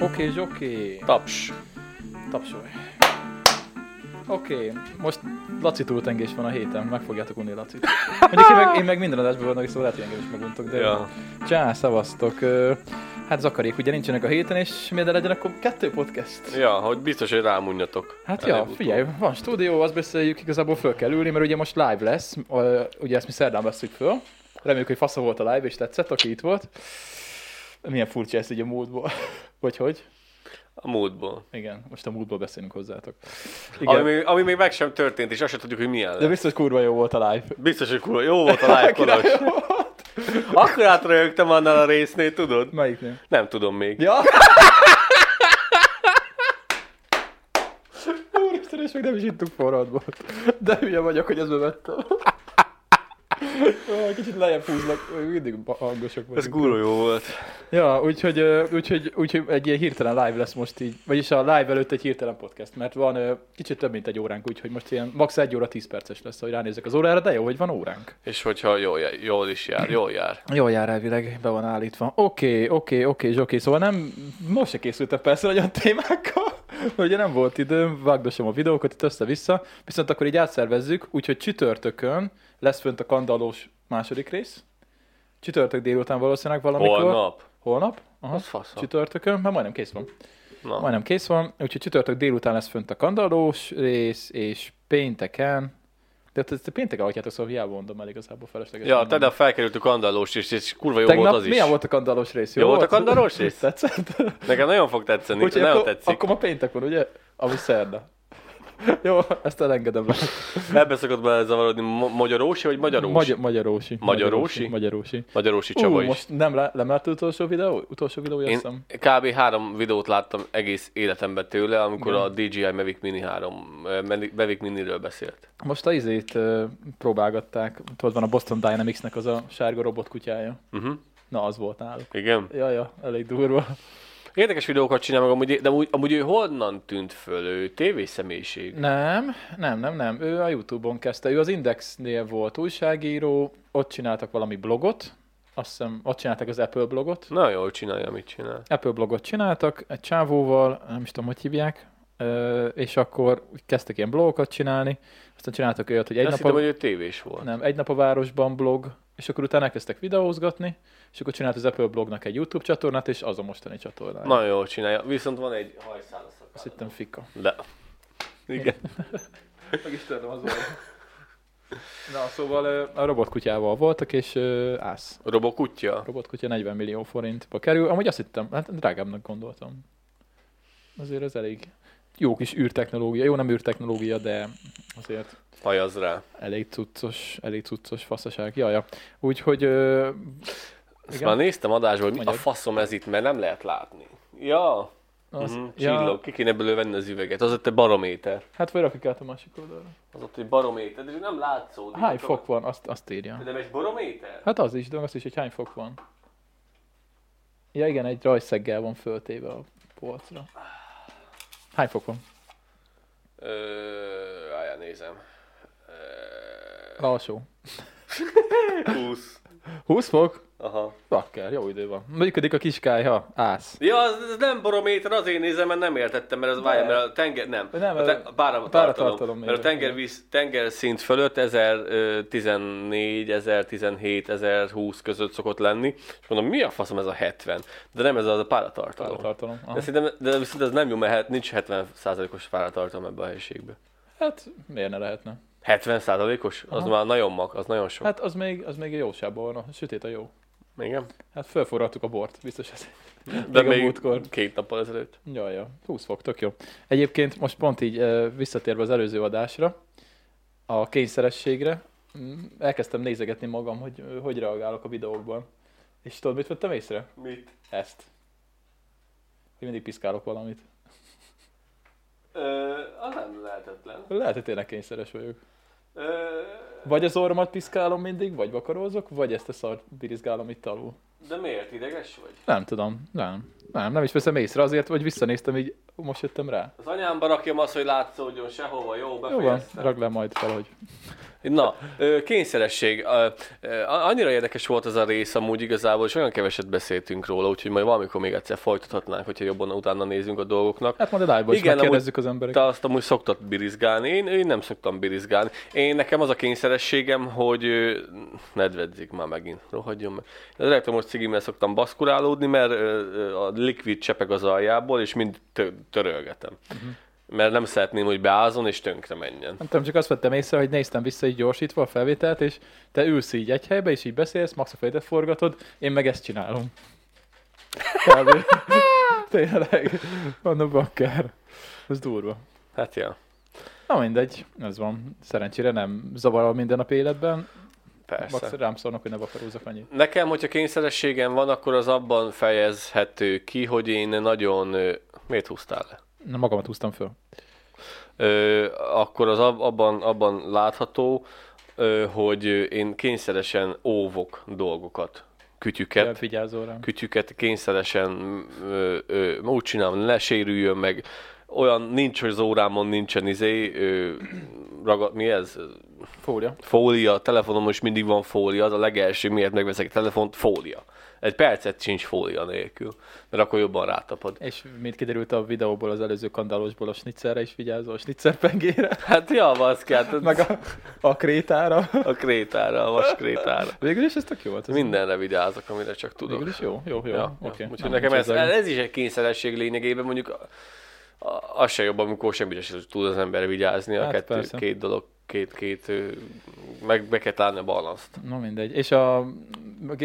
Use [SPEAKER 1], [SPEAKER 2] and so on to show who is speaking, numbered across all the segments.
[SPEAKER 1] Oké, zsoké.
[SPEAKER 2] Taps.
[SPEAKER 1] Tapsolj. Oké, most Laci túltengés van a héten, meg fogjátok unni Lacit. Mondjuk én meg, én meg minden adásban vannak, szóval lehet, hogy engem is meguntok, de...
[SPEAKER 2] Ja.
[SPEAKER 1] Csá, szavaztok. Ö, Hát zakarék ugye nincsenek a héten, és miért ne legyen akkor kettő podcast?
[SPEAKER 2] ja, hogy biztos, hogy rámunjatok.
[SPEAKER 1] Hát ja,
[SPEAKER 2] Előbb-utóbb.
[SPEAKER 1] figyelj, van stúdió, azt beszéljük, igazából föl kell ülni, mert ugye most live lesz, ö, ugye ezt mi szerdán veszük föl. Reméljük, hogy fasza volt a live, és tetszett, aki itt volt. Milyen furcsa ez így a múltból. Vagy hogy?
[SPEAKER 2] A múltból.
[SPEAKER 1] Igen, most a múltból beszélünk hozzátok.
[SPEAKER 2] Ami
[SPEAKER 1] Igen,
[SPEAKER 2] még, ami még meg sem történt, és azt sem tudjuk, hogy milyen
[SPEAKER 1] de
[SPEAKER 2] lesz.
[SPEAKER 1] biztos kurva jó volt a live.
[SPEAKER 2] Biztos, hogy kurva, jó volt a live kolos. Akkor átrögtem annál a résznél, tudod?
[SPEAKER 1] Melyiknél?
[SPEAKER 2] Nem tudom még.
[SPEAKER 1] Ja! Úristen, és még nem is ittunk forradból. De hülye vagyok, hogy ezt bevettem. Ó, Kicsit lejjebb húzlak, mindig ba- hangosak vagyunk.
[SPEAKER 2] Ez kurva jó volt.
[SPEAKER 1] Ja, úgyhogy, ö, úgyhogy, úgyhogy egy ilyen hirtelen live lesz most így, vagyis a live előtt egy hirtelen podcast, mert van ö, kicsit több mint egy óránk, úgyhogy most ilyen max. egy óra 10 perces lesz, hogy ránézek az órára, de jó, hogy van óránk.
[SPEAKER 2] És hogyha jól, jár- jól is jár, jól jár.
[SPEAKER 1] Jól jár elvileg, be van állítva. Oké, oké, oké, és oké, szóval nem, most se készültem persze nagyon témákkal, ugye nem volt időm, vágdosom a videókat itt össze-vissza, viszont akkor így átszervezzük, úgyhogy csütörtökön lesz fönt a kandallós második rész, csütörtök délután valószínűleg valamikor.
[SPEAKER 2] Holnap.
[SPEAKER 1] Holnap? Aha.
[SPEAKER 2] Az fasz.
[SPEAKER 1] Csütörtökön, már majdnem kész van.
[SPEAKER 2] Na.
[SPEAKER 1] Majdnem kész van, úgyhogy csütörtök délután lesz fönt a kandallós rész, és pénteken, de hát ezt a pénteken alatjátok, szóval hiába mondom el igazából felesleges.
[SPEAKER 2] Ja,
[SPEAKER 1] mondanom.
[SPEAKER 2] te de felkerült a kandallós, és, és kurva jó
[SPEAKER 1] Tegnap
[SPEAKER 2] volt az is.
[SPEAKER 1] milyen volt a kandallós rész?
[SPEAKER 2] Jó volt a kandallós rész?
[SPEAKER 1] Tetszett?
[SPEAKER 2] Nekem nagyon fog tetszeni,
[SPEAKER 1] Úgyhogy
[SPEAKER 2] nagyon
[SPEAKER 1] akkor,
[SPEAKER 2] tetszik.
[SPEAKER 1] akkor ma péntek van, ugye? Ami szerda. Jó, ezt elengedem le.
[SPEAKER 2] Ebbe szokott belezavarodni Mo- Magyarósi vagy Magyarós?
[SPEAKER 1] Magyar, magyarósi.
[SPEAKER 2] Magyarósi?
[SPEAKER 1] Magyarósi.
[SPEAKER 2] Magyarósi Csaba
[SPEAKER 1] Ú,
[SPEAKER 2] is.
[SPEAKER 1] most nem le, lemelt az utolsó videó? Utolsó videója azt
[SPEAKER 2] Én
[SPEAKER 1] hiszem.
[SPEAKER 2] kb. három videót láttam egész életemben tőle, amikor a DJI Mavic Mini 3, eh, Mavic- Mavic Miniről beszélt.
[SPEAKER 1] Most a izét ö, próbálgatták. Tudod, van a Boston Dynamics-nek az a sárga robot kutyája.
[SPEAKER 2] Uh-huh.
[SPEAKER 1] Na, az volt náluk.
[SPEAKER 2] Igen.
[SPEAKER 1] Ja, ja, elég durva.
[SPEAKER 2] Érdekes videókat csinál meg, amúgy, de amúgy, amúgy ő honnan tűnt föl? Ő tévés személyiség.
[SPEAKER 1] Nem, nem, nem, nem. Ő a YouTube-on kezdte. Ő az Indexnél volt újságíró, ott csináltak valami blogot, azt hiszem, ott csináltak az Apple blogot.
[SPEAKER 2] Nagyon jól csinálja, amit csinál.
[SPEAKER 1] Apple blogot csináltak egy csávóval, nem is tudom, hogy hívják, ö, és akkor úgy kezdtek ilyen blogokat csinálni, aztán csináltak olyat, hogy egy
[SPEAKER 2] Egy Azt
[SPEAKER 1] nap,
[SPEAKER 2] hittem,
[SPEAKER 1] a,
[SPEAKER 2] hogy ő tévés volt.
[SPEAKER 1] nem, egy nap a városban blog, és akkor utána elkezdtek videózgatni, és akkor csinált az Apple blognak egy YouTube csatornát, és az a mostani csatornája.
[SPEAKER 2] Nagyon jól csinálja, viszont van egy hajszál a
[SPEAKER 1] Azt
[SPEAKER 2] szakállam.
[SPEAKER 1] hittem fika.
[SPEAKER 2] De. Igen.
[SPEAKER 1] Meg is törlöm az Na, szóval ö, a robotkutyával voltak, és ö, ász.
[SPEAKER 2] Robokutya?
[SPEAKER 1] Robotkutya 40 millió forintba kerül. Amúgy azt hittem, hát drágábbnak gondoltam. Azért ez elég jó kis űrtechnológia. Jó, nem űrtechnológia, de azért
[SPEAKER 2] Hajaz rá.
[SPEAKER 1] elég cuccos, elég cuccos faszaság. Jaja. Úgyhogy... Ö,
[SPEAKER 2] Ezt
[SPEAKER 1] Igen.
[SPEAKER 2] már néztem adásból, hogy mi a
[SPEAKER 1] Mondjad.
[SPEAKER 2] faszom ez itt, mert nem lehet látni. Ja,
[SPEAKER 1] az,
[SPEAKER 2] Mhm,
[SPEAKER 1] ja,
[SPEAKER 2] csillog, ki kéne belőle venni az üveget. Az ott egy barométer.
[SPEAKER 1] hát vagy rakjuk át a másik oldalra.
[SPEAKER 2] Az ott egy barométer, de csak nem látszódik.
[SPEAKER 1] Hány fok van, azt, azt írja.
[SPEAKER 2] De nem egy barométer?
[SPEAKER 1] Hát az is, de azt is, hogy hány fok van. Ja igen, egy rajszeggel van föltéve a polcra. Hány fok van?
[SPEAKER 2] Ö, várjál, nézem.
[SPEAKER 1] Alsó.
[SPEAKER 2] 20.
[SPEAKER 1] 20 fok?
[SPEAKER 2] Aha.
[SPEAKER 1] Bakker, jó idő van. Működik a kiskályha, ász.
[SPEAKER 2] Ja, az, ez nem barométer, azért nézem, mert nem értettem, mert az várja,
[SPEAKER 1] De.
[SPEAKER 2] mert a tenger, nem.
[SPEAKER 1] Nem,
[SPEAKER 2] a, te,
[SPEAKER 1] a
[SPEAKER 2] a páratartalom.
[SPEAKER 1] páratartalom
[SPEAKER 2] mert a
[SPEAKER 1] mérő.
[SPEAKER 2] tengervíz, tengerszint fölött 1014, 1017, 1020 között szokott lenni. És mondom, mi a faszom ez a 70? De nem ez az a páratartalom.
[SPEAKER 1] Páratartalom. aha.
[SPEAKER 2] De, szerintem, de viszont ez nem jó, mert het- nincs 70%-os páratartalom ebben a helyiségben.
[SPEAKER 1] Hát miért ne lehetne?
[SPEAKER 2] 70%-os? Az
[SPEAKER 1] Aha.
[SPEAKER 2] már nagyon mag, az nagyon sok.
[SPEAKER 1] Hát az még, az még a jóságban van, a sötét a jó.
[SPEAKER 2] Igen.
[SPEAKER 1] Hát fölforrattuk a bort, biztos ez.
[SPEAKER 2] De
[SPEAKER 1] Még a
[SPEAKER 2] még,
[SPEAKER 1] múltkor.
[SPEAKER 2] két nappal ezelőtt.
[SPEAKER 1] Jaj, ja. 20 fok, tök jó. Egyébként most pont így ö, visszatérve az előző adásra, a kényszerességre, mm, elkezdtem nézegetni magam, hogy ö, hogy reagálok a videókban. És tudod, mit vettem észre?
[SPEAKER 2] Mit?
[SPEAKER 1] Ezt. Hogy mindig piszkálok valamit.
[SPEAKER 2] Ö, az nem lehetetlen.
[SPEAKER 1] Lehet, hogy tényleg kényszeres vagyok.
[SPEAKER 2] Ö,
[SPEAKER 1] Vagy az orromat piszkálom mindig, vagy vakarózok, vagy ezt a szart birizgálom itt alul.
[SPEAKER 2] de miért ideges vagy?
[SPEAKER 1] Nem tudom, nem. Nem, nem is veszem észre azért, hogy visszanéztem, így most jöttem rá.
[SPEAKER 2] Az anyámba rakjam azt, hogy látszódjon sehova, jó,
[SPEAKER 1] Jó van,
[SPEAKER 2] befejeztem.
[SPEAKER 1] ragd le majd valahogy.
[SPEAKER 2] Na, ö, kényszeresség. Ö, ö, Annyira érdekes volt ez a rész amúgy igazából, és olyan keveset beszéltünk róla, úgyhogy majd valamikor még egyszer folytathatnánk, hogyha jobban utána nézünk a dolgoknak.
[SPEAKER 1] Hát majd a live-ban is
[SPEAKER 2] Igen,
[SPEAKER 1] megkérdezzük
[SPEAKER 2] amúgy
[SPEAKER 1] az embereket.
[SPEAKER 2] Te azt amúgy szoktad birizgálni, én, én nem szoktam birizgálni. Én nekem az a kényszerességem, hogy ö, nedvedzik már megint, rohadjon meg. Az elektromos cigimmel szoktam baszkurálódni, mert ö, ö, a likvid csepeg az aljából, és mind tö- törölgetem. Uh-huh. Mert nem szeretném, hogy beázon és tönkre menjen.
[SPEAKER 1] Nem tudom, csak azt vettem észre, hogy néztem vissza így gyorsítva a felvételt, és te ülsz így egy helybe, és így beszélsz, max a fejedet forgatod, én meg ezt csinálom. Kb. Tényleg. Mondom, bakker. Ez durva.
[SPEAKER 2] Hát ja,
[SPEAKER 1] Na mindegy, ez van. Szerencsére nem zavar a mindennap életben.
[SPEAKER 2] persze.
[SPEAKER 1] Max rám szólnak, hogy ne vakarózzak annyit.
[SPEAKER 2] Nekem, hogyha kényszerességem van, akkor az abban fejezhető ki, hogy én nagyon... ö, Miért húztál le?
[SPEAKER 1] Na magamat húztam föl.
[SPEAKER 2] Ö, akkor az ab- abban, abban látható, ö, hogy én kényszeresen óvok dolgokat.
[SPEAKER 1] Kell
[SPEAKER 2] Kütyüket,
[SPEAKER 1] vigyázol rám.
[SPEAKER 2] kütyüket kényszeresen ö, ö, úgy csinálom, ne sérüljön meg. Olyan nincs, hogy az órámon nincsen izé, ö, ragad, mi ez?
[SPEAKER 1] Fólia.
[SPEAKER 2] Fólia, telefonomon is mindig van fólia, az a legelső, miért megveszek a telefont, fólia. Egy percet sincs fólia nélkül, mert akkor jobban rátapad.
[SPEAKER 1] És mint kiderült a videóból, az előző kandálosból a snitzerre is vigyázol, a snitzer pengére,
[SPEAKER 2] Hát ja, baszkát,
[SPEAKER 1] meg a, a krétára.
[SPEAKER 2] a krétára, a vaskrétára.
[SPEAKER 1] Végül is ez tök jó volt. Ez
[SPEAKER 2] Mindenre vigyázok, amire csak tudok.
[SPEAKER 1] Végül is jó, jó, jó.
[SPEAKER 2] Ja,
[SPEAKER 1] oké.
[SPEAKER 2] ja. Úgyhogy
[SPEAKER 1] Nem,
[SPEAKER 2] nekem ez,
[SPEAKER 1] nincs ezzel-
[SPEAKER 2] ez is egy kényszeresség lényegében, mondjuk a- a- az se jobb, amikor semmire sem tud az ember vigyázni, a
[SPEAKER 1] Hát
[SPEAKER 2] kettő,
[SPEAKER 1] persze.
[SPEAKER 2] két dolog, két-két, meg be kell találni a balanszt.
[SPEAKER 1] Na mindegy. És a,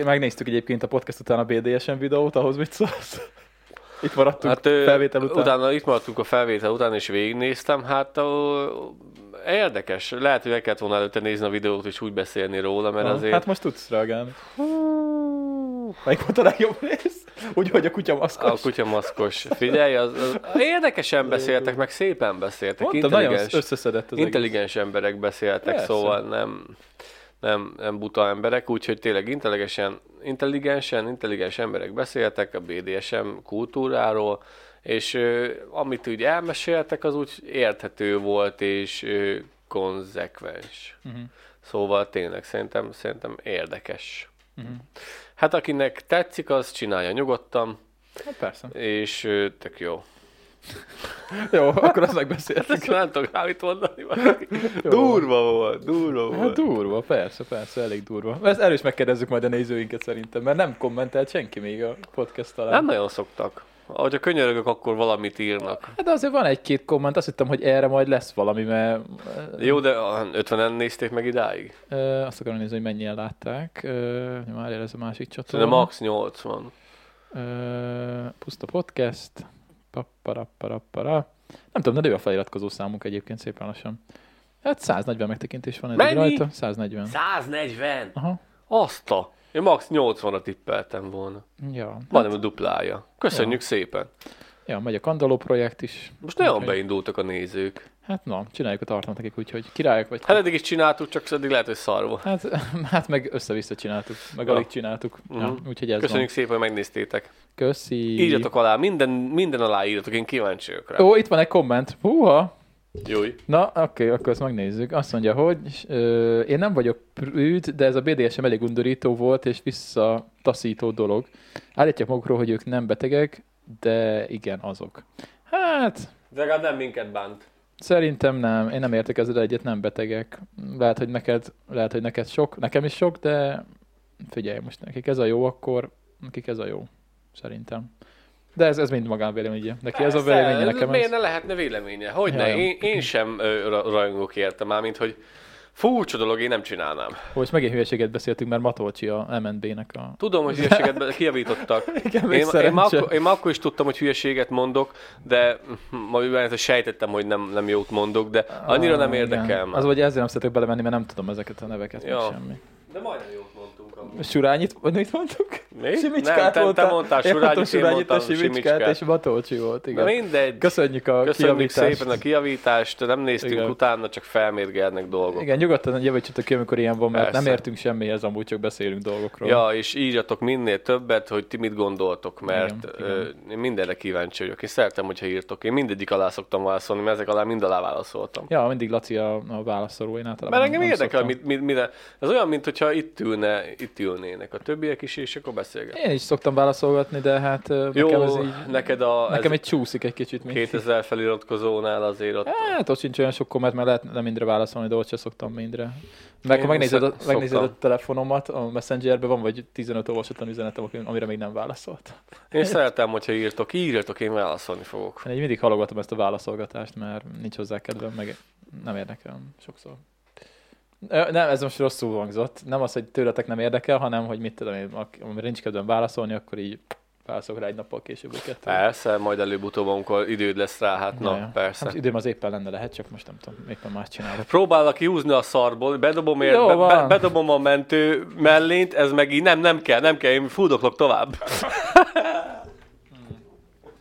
[SPEAKER 1] megnéztük egyébként a podcast után a BDSM videót, ahhoz mit szólsz? Itt maradtunk hát,
[SPEAKER 2] ö,
[SPEAKER 1] felvétel után. Utána...
[SPEAKER 2] utána itt maradtunk a felvétel után, és végignéztem, hát ó, érdekes. Lehet, hogy meg kellett volna előtte nézni a videót, és úgy beszélni róla, mert azért...
[SPEAKER 1] Hát most tudsz reagálni. Melyik volt a legjobb rész? Úgy, hogy a kutya
[SPEAKER 2] A
[SPEAKER 1] maszkos.
[SPEAKER 2] kutya maszkos. Figyelj, az, az érdekesen beszéltek, meg szépen beszéltek.
[SPEAKER 1] Mondtam, nagyon
[SPEAKER 2] intelligens.
[SPEAKER 1] összeszedett az egész.
[SPEAKER 2] Intelligens emberek beszéltek,
[SPEAKER 1] Persze.
[SPEAKER 2] szóval nem, nem, nem buta emberek, úgyhogy tényleg intelligensen, intelligensen, intelligens emberek beszéltek a BDSM kultúráról, és ö, amit úgy elmeséltek, az úgy érthető volt, és ö, konzekvens. Uh-huh. Szóval tényleg szerintem, szerintem érdekes. Uh-huh. Hát akinek tetszik, az csinálja nyugodtan,
[SPEAKER 1] Hát persze.
[SPEAKER 2] és ö, tök jó.
[SPEAKER 1] Jó, akkor azt megbeszéltük.
[SPEAKER 2] Ezt nem tudok rá mit mondani. valaki. Hát durva volt, durva volt.
[SPEAKER 1] Hát durva, persze, persze, elég durva. Ezt erős megkérdezzük majd a nézőinket szerintem, mert nem kommentelt senki még a podcast talán.
[SPEAKER 2] Nem nagyon szoktak. Ahogy a könyörögök, akkor valamit írnak.
[SPEAKER 1] Hát de azért van egy-két komment, azt hittem, hogy erre majd lesz valami, mert
[SPEAKER 2] Jó, de ah, 50-en nézték meg idáig.
[SPEAKER 1] ö, azt akarom nézni, hogy mennyien látták. Ö, már ez a másik
[SPEAKER 2] Szerintem
[SPEAKER 1] csatorna.
[SPEAKER 2] max 80.
[SPEAKER 1] Ö, puszta podcast. Papparapparappara. Nem tudom, de nő a feliratkozó számunk egyébként szépen lassan. Hát 140 megtekintés van eddig
[SPEAKER 2] Mennyi?
[SPEAKER 1] rajta. 140.
[SPEAKER 2] 140!
[SPEAKER 1] Aha.
[SPEAKER 2] Azt a! Én max 80-ra tippeltem volna.
[SPEAKER 1] Ja. Hát,
[SPEAKER 2] Majdnem a duplája. Köszönjük szépen.
[SPEAKER 1] ja, megy a Kandaló projekt is.
[SPEAKER 2] Most nagyon
[SPEAKER 1] Úgyhogy-
[SPEAKER 2] beindultak a nézők.
[SPEAKER 1] Hát na, csináljuk a tartalmat nekik, úgyhogy királyok vagy.
[SPEAKER 2] Hát eddig is csináltuk, csak eddig lehet, hogy szar volt.
[SPEAKER 1] Hát, hát meg össze-vissza csináltuk, meg
[SPEAKER 2] Ja.
[SPEAKER 1] alig csináltuk. Ja,
[SPEAKER 2] Mhm.
[SPEAKER 1] úgyhogy ez
[SPEAKER 2] Köszönjük
[SPEAKER 1] van.
[SPEAKER 2] szépen, hogy megnéztétek.
[SPEAKER 1] Köszi.
[SPEAKER 2] Írjatok alá, minden, minden alá írjatok, én kíváncsi vagyok rá.
[SPEAKER 1] Ó, itt van egy komment. Húha!
[SPEAKER 2] Júj.
[SPEAKER 1] Na, oké, akkor ezt megnézzük. Azt mondja, hogy ö, én nem vagyok prűd, de ez a BDSM elég undorító volt, és visszataszító dolog. Állítják magukról, hogy ők nem betegek, de igen, azok. Hát,
[SPEAKER 2] De legalább nem minket bánt.
[SPEAKER 1] szerintem nem. Én nem értek ezzel egyet, nem betegek. Lehet, hogy neked, lehet, hogy neked sok, nekem is sok, de figyelj, most nekik ez a jó, akkor nekik ez a jó. Szerintem. De ez, ez mind magánvélemény, ugye? Neki ez a
[SPEAKER 2] Persze,
[SPEAKER 1] véleménye, nekem
[SPEAKER 2] Miért
[SPEAKER 1] ez.
[SPEAKER 2] ne lehetne véleménye? Hogy
[SPEAKER 1] Ja,
[SPEAKER 2] ne?
[SPEAKER 1] ja.
[SPEAKER 2] Én, én sem ö, ra- rajongok érte már, mint hogy furcsa dolog, én nem csinálnám.
[SPEAKER 1] Ó, és megint hülyeséget beszéltünk, mert Matolcsi a MNB-nek a
[SPEAKER 2] Tudom, hogy hülyeséget be- kijavítottak.
[SPEAKER 1] Igen, még
[SPEAKER 2] én, én, már
[SPEAKER 1] szerencse.
[SPEAKER 2] akkor, én már akkor is tudtam, hogy hülyeséget mondok, de hm, majd ezt sejtettem, hogy nem, nem jót mondok, de annyira nem
[SPEAKER 1] Ah,
[SPEAKER 2] érdekel
[SPEAKER 1] igen.
[SPEAKER 2] már.
[SPEAKER 1] Az, hogy ezért nem szeretek belemenni, mert nem tudom ezeket a neveket,
[SPEAKER 2] Ja.
[SPEAKER 1] ja. semmi.
[SPEAKER 2] De majdnem jót mondtunk
[SPEAKER 1] Surányit, vagy mit mondtuk?
[SPEAKER 2] Mi?
[SPEAKER 1] Simicskát
[SPEAKER 2] Nem, te- te
[SPEAKER 1] mondtál.
[SPEAKER 2] mondtál
[SPEAKER 1] Én mondtam
[SPEAKER 2] Surányit, én mondtam
[SPEAKER 1] te Simicskát,
[SPEAKER 2] Simicskát.
[SPEAKER 1] és Matolcsi volt,
[SPEAKER 2] Na
[SPEAKER 1] igen.
[SPEAKER 2] mindegy.
[SPEAKER 1] Köszönjük a
[SPEAKER 2] Köszönjük
[SPEAKER 1] kijavítást.
[SPEAKER 2] szépen a kiavítást, nem néztünk
[SPEAKER 1] Igen.
[SPEAKER 2] utána, csak felmérgelnek dolgok.
[SPEAKER 1] Igen, nyugodtan javítsatok ki, amikor ilyen van, mert
[SPEAKER 2] Persze.
[SPEAKER 1] nem értünk semmihez, amúgy csak beszélünk dolgokról.
[SPEAKER 2] Ja, és írjatok minél többet, hogy ti mit gondoltok, mert
[SPEAKER 1] Igen,
[SPEAKER 2] igen, ö, én mindenre kíváncsi vagyok. Én szeretem, hogyha írtok. Én mindegyik alá szoktam válaszolni, mert ezek alá mind alá válaszoltam.
[SPEAKER 1] ja mindig Laci a, a válaszoló, én általában
[SPEAKER 2] Mert
[SPEAKER 1] nem-
[SPEAKER 2] engem
[SPEAKER 1] nem
[SPEAKER 2] érdekel,
[SPEAKER 1] szoktam.
[SPEAKER 2] mit, mit, mire. Ez olyan, mint hogyha itt, ülne, itt ülnének a többiek is, és akkor beszélgetnek.
[SPEAKER 1] Én is szoktam válaszolgatni, de hát ö,
[SPEAKER 2] Jó,
[SPEAKER 1] nekem ez így...
[SPEAKER 2] neked a
[SPEAKER 1] Nekem
[SPEAKER 2] nekem ez
[SPEAKER 1] egy csúszik egy kicsit
[SPEAKER 2] egy
[SPEAKER 1] mindig.
[SPEAKER 2] 2000 feliratkozónál azért ott...
[SPEAKER 1] Hát ott sincs olyan sok komment, mert lehet nem mindre válaszolni, de ott se szoktam mindre. Meg ha
[SPEAKER 2] Én
[SPEAKER 1] megnézed, a,
[SPEAKER 2] szok-
[SPEAKER 1] megnézed a
[SPEAKER 2] szoktam.
[SPEAKER 1] telefonomat, a messengerben van vagy 15 olvasatlan üzenetem, akim- amire még nem válaszolt.
[SPEAKER 2] Én szeretem, hogyha írtok. Írjatok, én válaszolni fogok.
[SPEAKER 1] Én így mindig halogatom ezt a válaszolgatást, mert nincs hozzá kedvem, meg nem érdekel sokszor. Ö, Nem, ez most rosszul hangzott. Nem az, hogy tőletek nem érdekel, hanem, hogy mit tudom én, ak- amire nincs kedvem válaszolni, akkor így válaszolok rá egy nappal később. vagy kettő.
[SPEAKER 2] Persze, majd előbb-utóbb, amikor időd lesz rá, hát na,
[SPEAKER 1] Ja.
[SPEAKER 2] persze.
[SPEAKER 1] Hát időm az éppen lenne lehet, csak most nem tudom, éppen más csinálok.
[SPEAKER 2] Próbálok kiúzni a szarból, bedobom, ér,
[SPEAKER 1] Jó
[SPEAKER 2] be, be,
[SPEAKER 1] van.
[SPEAKER 2] bedobom a mentő mellényt, ez meg így nem, nem kell, nem kell, én fúdoklok tovább.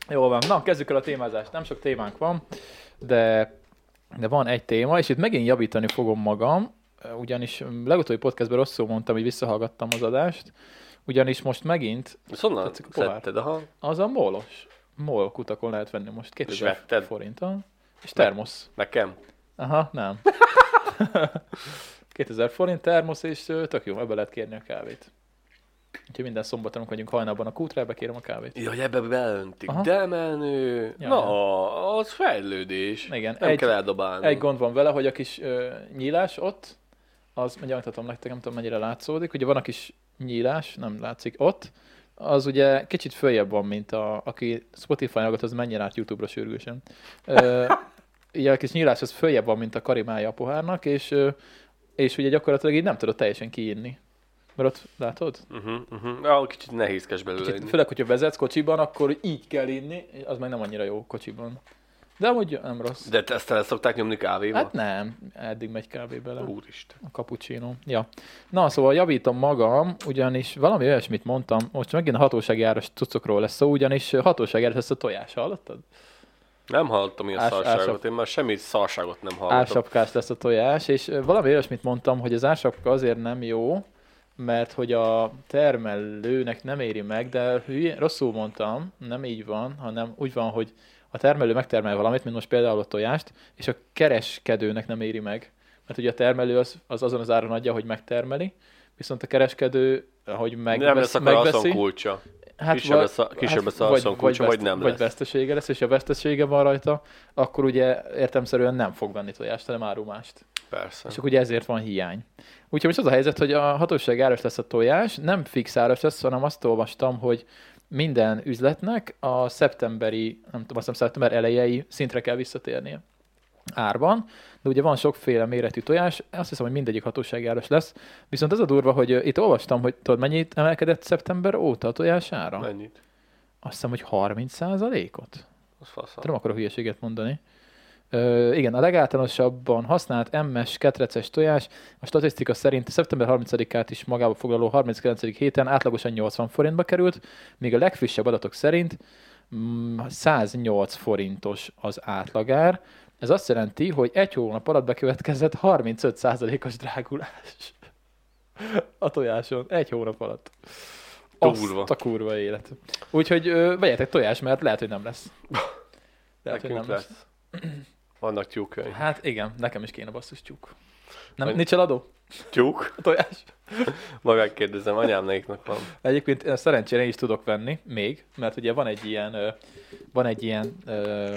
[SPEAKER 1] Jó van, na kezdjük el a témázást. Nem sok témánk van, de, de van egy téma, és itt megint javítani fogom magam, ugyanis legutóbbi podcastben rosszul mondtam, hogy visszahallgattam az adást, ugyanis most megint
[SPEAKER 2] Szóval
[SPEAKER 1] Tetszik a pohár.
[SPEAKER 2] szedted, aha.
[SPEAKER 1] az a molos, mol kutakon lehet venni most 2000
[SPEAKER 2] vetted?
[SPEAKER 1] forinton, és termosz.
[SPEAKER 2] Nekem.
[SPEAKER 1] Aha, nem. 2000 forint termosz, és ö, tök jó, ebbe lehet kérni a kávét. Úgyhogy minden szombaton, amikor vagyunk hajnalban a kútra, ebbe kérem a kávét.
[SPEAKER 2] Jaj, ebbe beöntik,
[SPEAKER 1] Aha.
[SPEAKER 2] de menő.
[SPEAKER 1] Ja,
[SPEAKER 2] na, az fejlődés.
[SPEAKER 1] Igen,
[SPEAKER 2] nem
[SPEAKER 1] egy-
[SPEAKER 2] kell eldobálni.
[SPEAKER 1] Egy gond van vele, hogy a kis ö, nyílás ott, az mindjárt mutatom nektek, nem tudom mennyire látszódik, ugye van a kis nyílás, nem látszik ott, az ugye kicsit följebb van, mint a, aki Spotify hallgat, az menjen át YouTube-ra sürgősen. Ö, ugye a kis nyílás az följebb van, mint a karimája a pohárnak, és, ö, és ugye gyakorlatilag így nem tudod teljesen kiinni. Mert ott látod?
[SPEAKER 2] Uh-huh, uh-huh. Ah, kicsit nehézkes belőle.
[SPEAKER 1] Kicsit,
[SPEAKER 2] inni.
[SPEAKER 1] főleg, hogyha vezetsz kocsiban, akkor így kell inni, az meg nem annyira jó kocsiban. De amúgy nem rossz.
[SPEAKER 2] De te ezt el szokták nyomni kávéval?
[SPEAKER 1] Hát nem, eddig megy kávé bele.
[SPEAKER 2] Úristen.
[SPEAKER 1] A cappuccino. Ja. Na, szóval javítom magam, ugyanis valami olyasmit mondtam, most megint a hatósági áras cuccokról lesz szó, ugyanis hatósági áras lesz a tojás, hallottad?
[SPEAKER 2] Nem hallottam ilyen
[SPEAKER 1] Ás-
[SPEAKER 2] szarságot,
[SPEAKER 1] ásap-
[SPEAKER 2] én már semmi szarságot nem hallottam.
[SPEAKER 1] Ársapkás lesz a tojás, és ö, valami olyasmit mondtam, hogy az ársapka azért nem jó, mert hogy a termelőnek nem éri meg, de hülye, rosszul mondtam, nem így van, hanem úgy van, hogy a termelő megtermel valamit, mint most például a tojást, és a kereskedőnek nem éri meg. Mert ugye a termelő az, az azon az áron adja, hogy megtermeli, viszont a kereskedő, ahogy meg,
[SPEAKER 2] nem lesz akkor
[SPEAKER 1] megveszi,
[SPEAKER 2] azon kulcsa.
[SPEAKER 1] hát
[SPEAKER 2] Kisebb
[SPEAKER 1] va-
[SPEAKER 2] lesz a- kisebb lesz a asszonkulcsa, vagy nem
[SPEAKER 1] Vagy
[SPEAKER 2] lesz.
[SPEAKER 1] vesztesége lesz, és ha vesztesége van rajta, akkor ugye értemszerűen nem fog venni tojást, hanem árumást.
[SPEAKER 2] Persze.
[SPEAKER 1] És akkor ugye ezért van hiány. Úgyhogy most az a helyzet, hogy a hatóság áras lesz a tojás, nem fix áras lesz, hanem azt olvastam, hogy minden üzletnek a szeptemberi, nem tudom, azt hiszem szeptember elejei szintre kell visszatérnie árban, de ugye van sokféle méretű tojás, azt hiszem, hogy mindegyik hatóság áras lesz, viszont az a durva, hogy ö, itt olvastam, hogy tudod, mennyit emelkedett szeptember óta a tojás ára?
[SPEAKER 2] Mennyit?
[SPEAKER 1] Azt hiszem, hogy 30 százalékot?
[SPEAKER 2] Az faszal.
[SPEAKER 1] Hát nem akarok hülyeséget mondani. Ö, igen, a legáltalánosabban használt MS ketreces tojás a statisztika szerint szeptember 30-át is magába foglaló 39. héten átlagosan 80 forintba került, míg a legfrissebb adatok szerint mm, 108 forintos az átlagár. Ez azt jelenti, hogy egy hónap alatt bekövetkezett 35%-os drágulás a tojáson. Egy hónap alatt.
[SPEAKER 2] Durva.
[SPEAKER 1] Azt a kurva élet. Úgyhogy ö, vegyetek tojás, mert lehet, hogy nem lesz. Lehet, hogy
[SPEAKER 2] Nekünk
[SPEAKER 1] nem lesz.
[SPEAKER 2] lesz. Vannak tyúkjaink.
[SPEAKER 1] Hát igen, nekem is kéne basszus tyúk. Nem,
[SPEAKER 2] Vagy-
[SPEAKER 1] nincs eladó?
[SPEAKER 2] Tyúk?
[SPEAKER 1] A tojás?
[SPEAKER 2] Majd megkérdezem, anyám nekiknek van.
[SPEAKER 1] Egyébként eh, szerencsére én is tudok venni, még, mert ugye van egy ilyen, ö, van egy ilyen, ö,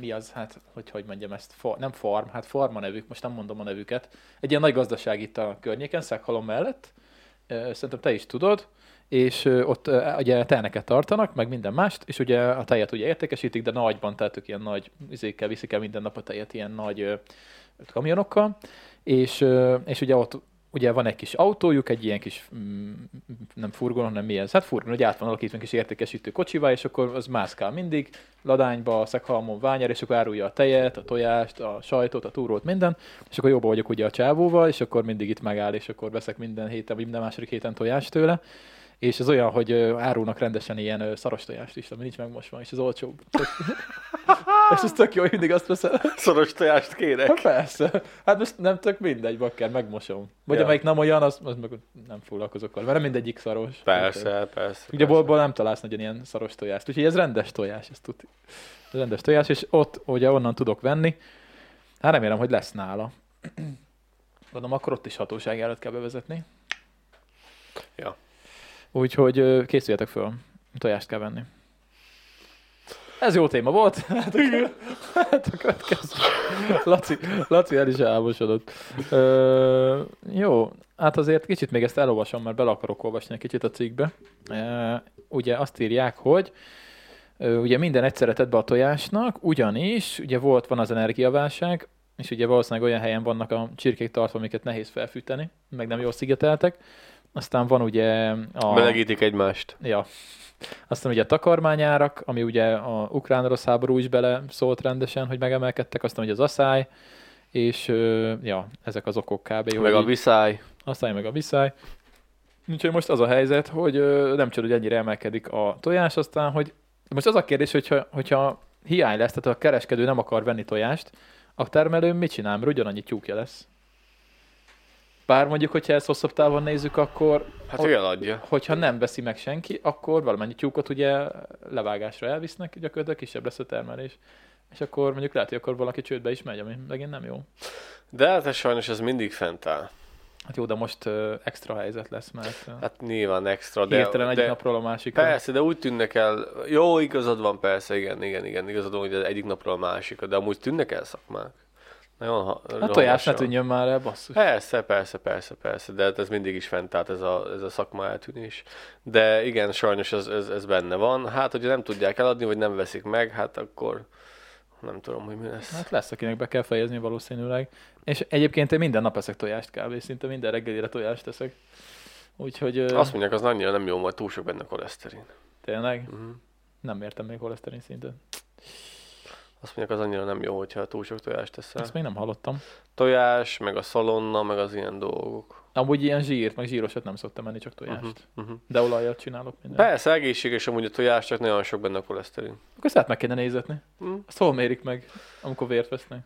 [SPEAKER 1] mi az, hát, hogy hogy mondjam ezt, Fa- nem farm, hát farma nevük, most nem mondom a nevüket, egy ilyen nagy gazdaság itt a környéken, Szekhalom mellett, ö, szerintem te is tudod, és ö, ott ö, ugye teheneket tartanak, meg minden mást, és ugye a tejet ugye értékesítik, de nagyban, tehát ők ilyen nagy izékkel eh, viszik el minden nap a tejet, ilyen nagy ö, kamionokkal, eh, és, ö, és ugye ott ugye van egy kis autójuk, egy ilyen kis, mm, nem furgon, hanem mi ez? Hát furgon, hogy át van alakítva egy kis értékesítő kocsival, és akkor az mászkál mindig, ladányba, szekhalmon ványár, és akkor árulja a tejet, a tojást, a sajtot, a túrót, minden, és akkor jobban vagyok ugye a csávóval, és akkor mindig itt megáll, és akkor veszek minden héten, vagy minden második héten tojást tőle, és ez olyan, hogy ö, árulnak rendesen ilyen ö, szaros tojást is, ami nincs meg most van, és az olcsóbb. és ez tök jó, hogy mindig azt veszem.
[SPEAKER 2] Szoros tojást kérek.
[SPEAKER 1] Hát persze. Hát most nem tök mindegy, bakker, megmosom. Vagy
[SPEAKER 2] Ja.
[SPEAKER 1] ja. amelyik nem olyan, az, az meg nem foglalkozok vele, mert mindegyik szaros. Úgyhogy-
[SPEAKER 2] Persze, persze.
[SPEAKER 1] Ugye
[SPEAKER 2] persze.
[SPEAKER 1] boltból nem találsz nagyon ilyen szaros tojást, úgyhogy ez rendes tojás, ezt tudni. Ez rendes tojás, és ott ugye onnan tudok venni. Hát remélem, hogy lesz nála. Gondolom, akkor ott is hatóság előtt kell bevezetni.
[SPEAKER 2] Ja.
[SPEAKER 1] Úgyhogy ö, készüljetek föl, tojást kell venni. Ez jó téma volt. Hát a, hát a következő. Laci, Laci el is álmosodott. Ö, jó, hát azért kicsit még ezt elolvasom, mert bele akarok olvasni egy kicsit a cikkbe. Ö, ugye azt írják, hogy ö, ugye minden egyszerre tett be a tojásnak, ugyanis ugye volt, van az energiaválság, és ugye valószínűleg olyan helyen vannak a csirkék tartva, amiket nehéz felfűteni, meg nem jól szigeteltek. Aztán van ugye a...
[SPEAKER 2] Ah. Melegítik egymást.
[SPEAKER 1] Ja. Aztán ugye a takarmányárak, ami ugye a ukrán-orosz háború is bele szólt rendesen, hogy megemelkedtek, aztán ugye az asszály, és ö, ja, ezek az okok kb. hogy
[SPEAKER 2] Jó, meg a
[SPEAKER 1] így-
[SPEAKER 2] viszály.
[SPEAKER 1] aztán meg a visszáj. Úgyhogy most az a helyzet, hogy ö, nem csoda, hogy ennyire emelkedik a tojás, aztán, hogy most az a kérdés, hogyha, hogyha hiány lesz, tehát a kereskedő nem akar venni tojást, a termelő mit csinál, mert ugyanannyi tyúkja lesz. Bár mondjuk, hogyha ezt hosszabb távon nézzük, akkor
[SPEAKER 2] Hát
[SPEAKER 1] Ott-
[SPEAKER 2] olyan adja.
[SPEAKER 1] hogyha nem veszi meg senki, akkor valamennyi tyúkot ugye levágásra elvisznek, gyakorlatilag kisebb lesz a termelés. És akkor mondjuk lehet, hogy akkor valaki csődbe is megy, ami megint nem jó.
[SPEAKER 2] De hát ez sajnos ez mindig fent áll.
[SPEAKER 1] Hát jó, de most ö, extra helyzet lesz, mert ö,
[SPEAKER 2] Hát nyilván extra, de...
[SPEAKER 1] hirtelen egyik
[SPEAKER 2] de...
[SPEAKER 1] napról a másikra.
[SPEAKER 2] Persze, de úgy tűnnek el, jó, igazad van, persze, igen, igen, igen, igazad van, hogy az egyik napról a másikra, de amúgy tűnnek el szakmák. Nagyon ha,
[SPEAKER 1] Hát A
[SPEAKER 2] rohamosan.
[SPEAKER 1] tojás ne tűnjön már el, basszus.
[SPEAKER 2] Persze, persze, persze, persze, de hát ez mindig is fent állt ez a, ez a szakma eltűnés. De igen, sajnos ez, ez, ez benne van. Hát, hogyha nem tudják eladni, vagy nem veszik meg, hát akkor nem tudom, hogy mi lesz.
[SPEAKER 1] Hát lesz, akinek be kell fejezni valószínűleg. És egyébként én minden nap eszek tojást kb. Szinte minden reggelire tojást teszek. Úgyhogy ö,
[SPEAKER 2] Azt mondják, az annyira nem jó, majd túl sok benne koleszterin.
[SPEAKER 1] tényleg
[SPEAKER 2] Mhm.
[SPEAKER 1] nem értem még koleszterin szinten.
[SPEAKER 2] Azt mondják, az annyira nem jó, hogyha túl sok tojást teszel.
[SPEAKER 1] Ezt még nem hallottam.
[SPEAKER 2] Tojás, meg a szalonna, meg az ilyen dolgok.
[SPEAKER 1] Amúgy ilyen zsírt, meg zsírosat nem szoktam enni, csak tojást. Uh-huh.
[SPEAKER 2] Uh-huh.
[SPEAKER 1] De olajjal csinálok mindent.
[SPEAKER 2] Persze, egészséges amúgy a tojás, csak nagyon sok benne a koleszterin.
[SPEAKER 1] Akkor ezt át meg kéne nézetni.
[SPEAKER 2] Hm?
[SPEAKER 1] Azt hol mérik meg, amikor vért vesznek?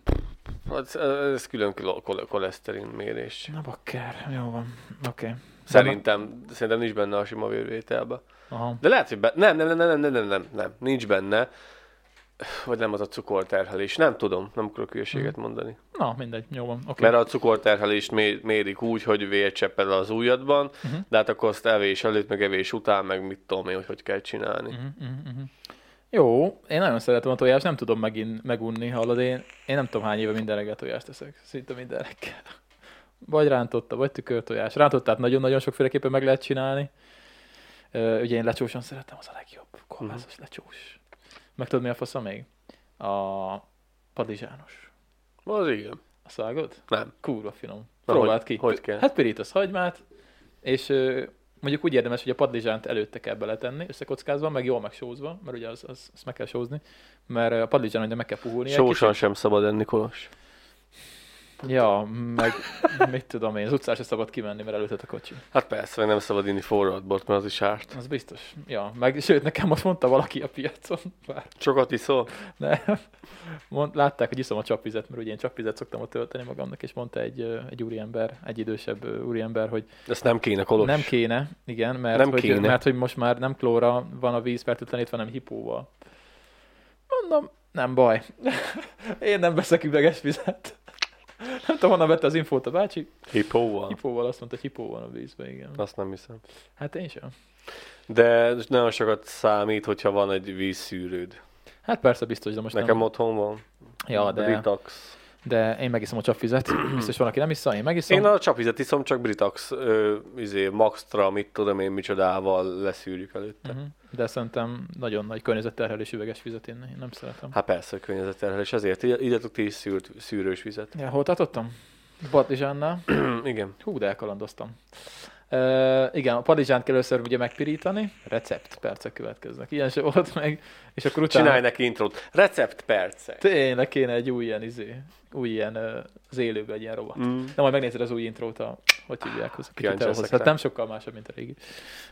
[SPEAKER 2] Hát ez- ez külön kol- kol- koleszterin mérés.
[SPEAKER 1] Na bakker, jó van. Oké. Okay.
[SPEAKER 2] Szerintem, szerintem nincs benne a sima vérvételbe.
[SPEAKER 1] Aha.
[SPEAKER 2] De lehet, hogy be... nem, nem, nem, nem, nem, nem, nem, nem, nincs benne. Vagy nem az a cukorterhelés, nem tudom, nem akarok hülyeséget mondani.
[SPEAKER 1] Na, mindegy, jó van. Mhm. Oké.
[SPEAKER 2] Mert a cukorterhelést mé- mérik úgy, hogy vércseppel az ujjadban,
[SPEAKER 1] Mhm.
[SPEAKER 2] de hát akkor azt evés előtt, meg evés után, meg mit tudom én, hogy hogy kell csinálni.
[SPEAKER 1] Mhm, mhm, mhm. Jó, én nagyon szeretem a tojást, nem tudom megint megunni, hallod, én, én nem tudom hány éve minden reggel tojást teszek, szinte minden reggel. Vagy rántotta, vagy tükörtojás. Rántottát nagyon-nagyon sokféleképpen meg lehet csinálni. Ö, ugye én lecsósan szeretem, az a legjobb. Kolbászos lecsós. Meg tudod mi a fasza még? A padizsános.
[SPEAKER 2] Az igen.
[SPEAKER 1] A szágod?
[SPEAKER 2] Nem.
[SPEAKER 1] Kurva finom.
[SPEAKER 2] Na,
[SPEAKER 1] Mhm. Próbáld
[SPEAKER 2] hogy-
[SPEAKER 1] ki.
[SPEAKER 2] hogy kell?
[SPEAKER 1] Hát pirítasz hagymát, és ö, mondjuk úgy érdemes, hogy a padlizsánt előtte kell beletenni, összekockázva, meg jól megsózva, mert ugye az, az, azt meg kell sózni, mert a padlizsán ugye meg kell puhulni.
[SPEAKER 2] Sósan sem szabad enni, Kolos.
[SPEAKER 1] Ja, meg mit tudom én, az utcára se szabad kimenni, mert előtted a kocsi.
[SPEAKER 2] Hát persze, meg nem szabad inni forrad bort, mert az is árt.
[SPEAKER 1] Az biztos. Ja, meg sőt, nekem most mondta valaki a piacon, bár
[SPEAKER 2] Sokat iszol?
[SPEAKER 1] nem. Mond, látták, hogy iszom a csapvizet, mert ugye én csapvizet szoktam ott tölteni magamnak, és mondta egy, ö, egy úriember, egy idősebb ö, úriember, hogy
[SPEAKER 2] Ezt nem kéne, Kolos.
[SPEAKER 1] Nem kéne, igen, mert,
[SPEAKER 2] Nem
[SPEAKER 1] nem hogy,
[SPEAKER 2] kéne.
[SPEAKER 1] kéne. mert hogy most már nem klóra van a víz fertőtlenítve, hanem hipóval. Mondom, nem baj. Én nem veszek üveges vizet. Nem tudom, honnan vette az infót a bácsi.
[SPEAKER 2] Hipóval?
[SPEAKER 1] Hipóval azt mondta, hogy hipó van a vízben, igen.
[SPEAKER 2] Azt nem hiszem.
[SPEAKER 1] Hát én sem.
[SPEAKER 2] De nagyon sokat számít, hogyha van egy vízszűrőd.
[SPEAKER 1] Hát persze biztos, de most
[SPEAKER 2] Nekem
[SPEAKER 1] nem.
[SPEAKER 2] otthon van.
[SPEAKER 1] Ja, de,
[SPEAKER 2] Britax.
[SPEAKER 1] de én megiszom a csapvizet. Biztos van, aki nem iszza, én megiszom.
[SPEAKER 2] Én a csapvizet iszom, csak Britax ö, izé, Maxtra, mit tudom én, micsodával leszűrjük előtte.
[SPEAKER 1] Mhm. De szerintem nagyon nagy környezetterhelés üveges vizet én, én nem szeretem.
[SPEAKER 2] Hát persze, környezetterhelés, ezért így- így adok ti is szűrt, szűrős vizet.
[SPEAKER 1] Ja, hol tartottam? Partizsánnál.
[SPEAKER 2] Igen.
[SPEAKER 1] Hú, de elkalandoztam. Uh, igen, a padizsánt kell először ugye megpirítani, recept percek következnek. Ilyen se volt meg, és akkor utána...
[SPEAKER 2] Csinálj neki intrót. Recept perce.
[SPEAKER 1] Tényleg kéne egy új ilyen izé, új ilyen uh, az élőben egy ilyen rovat. Mm.
[SPEAKER 2] Mm.
[SPEAKER 1] De majd megnézed az új intrót, a, hogy hívják hozzá. Kicsit
[SPEAKER 2] Kíváncsi
[SPEAKER 1] elhoz.
[SPEAKER 2] leszek
[SPEAKER 1] Hát
[SPEAKER 2] rá.
[SPEAKER 1] nem sokkal másabb, mint a régi.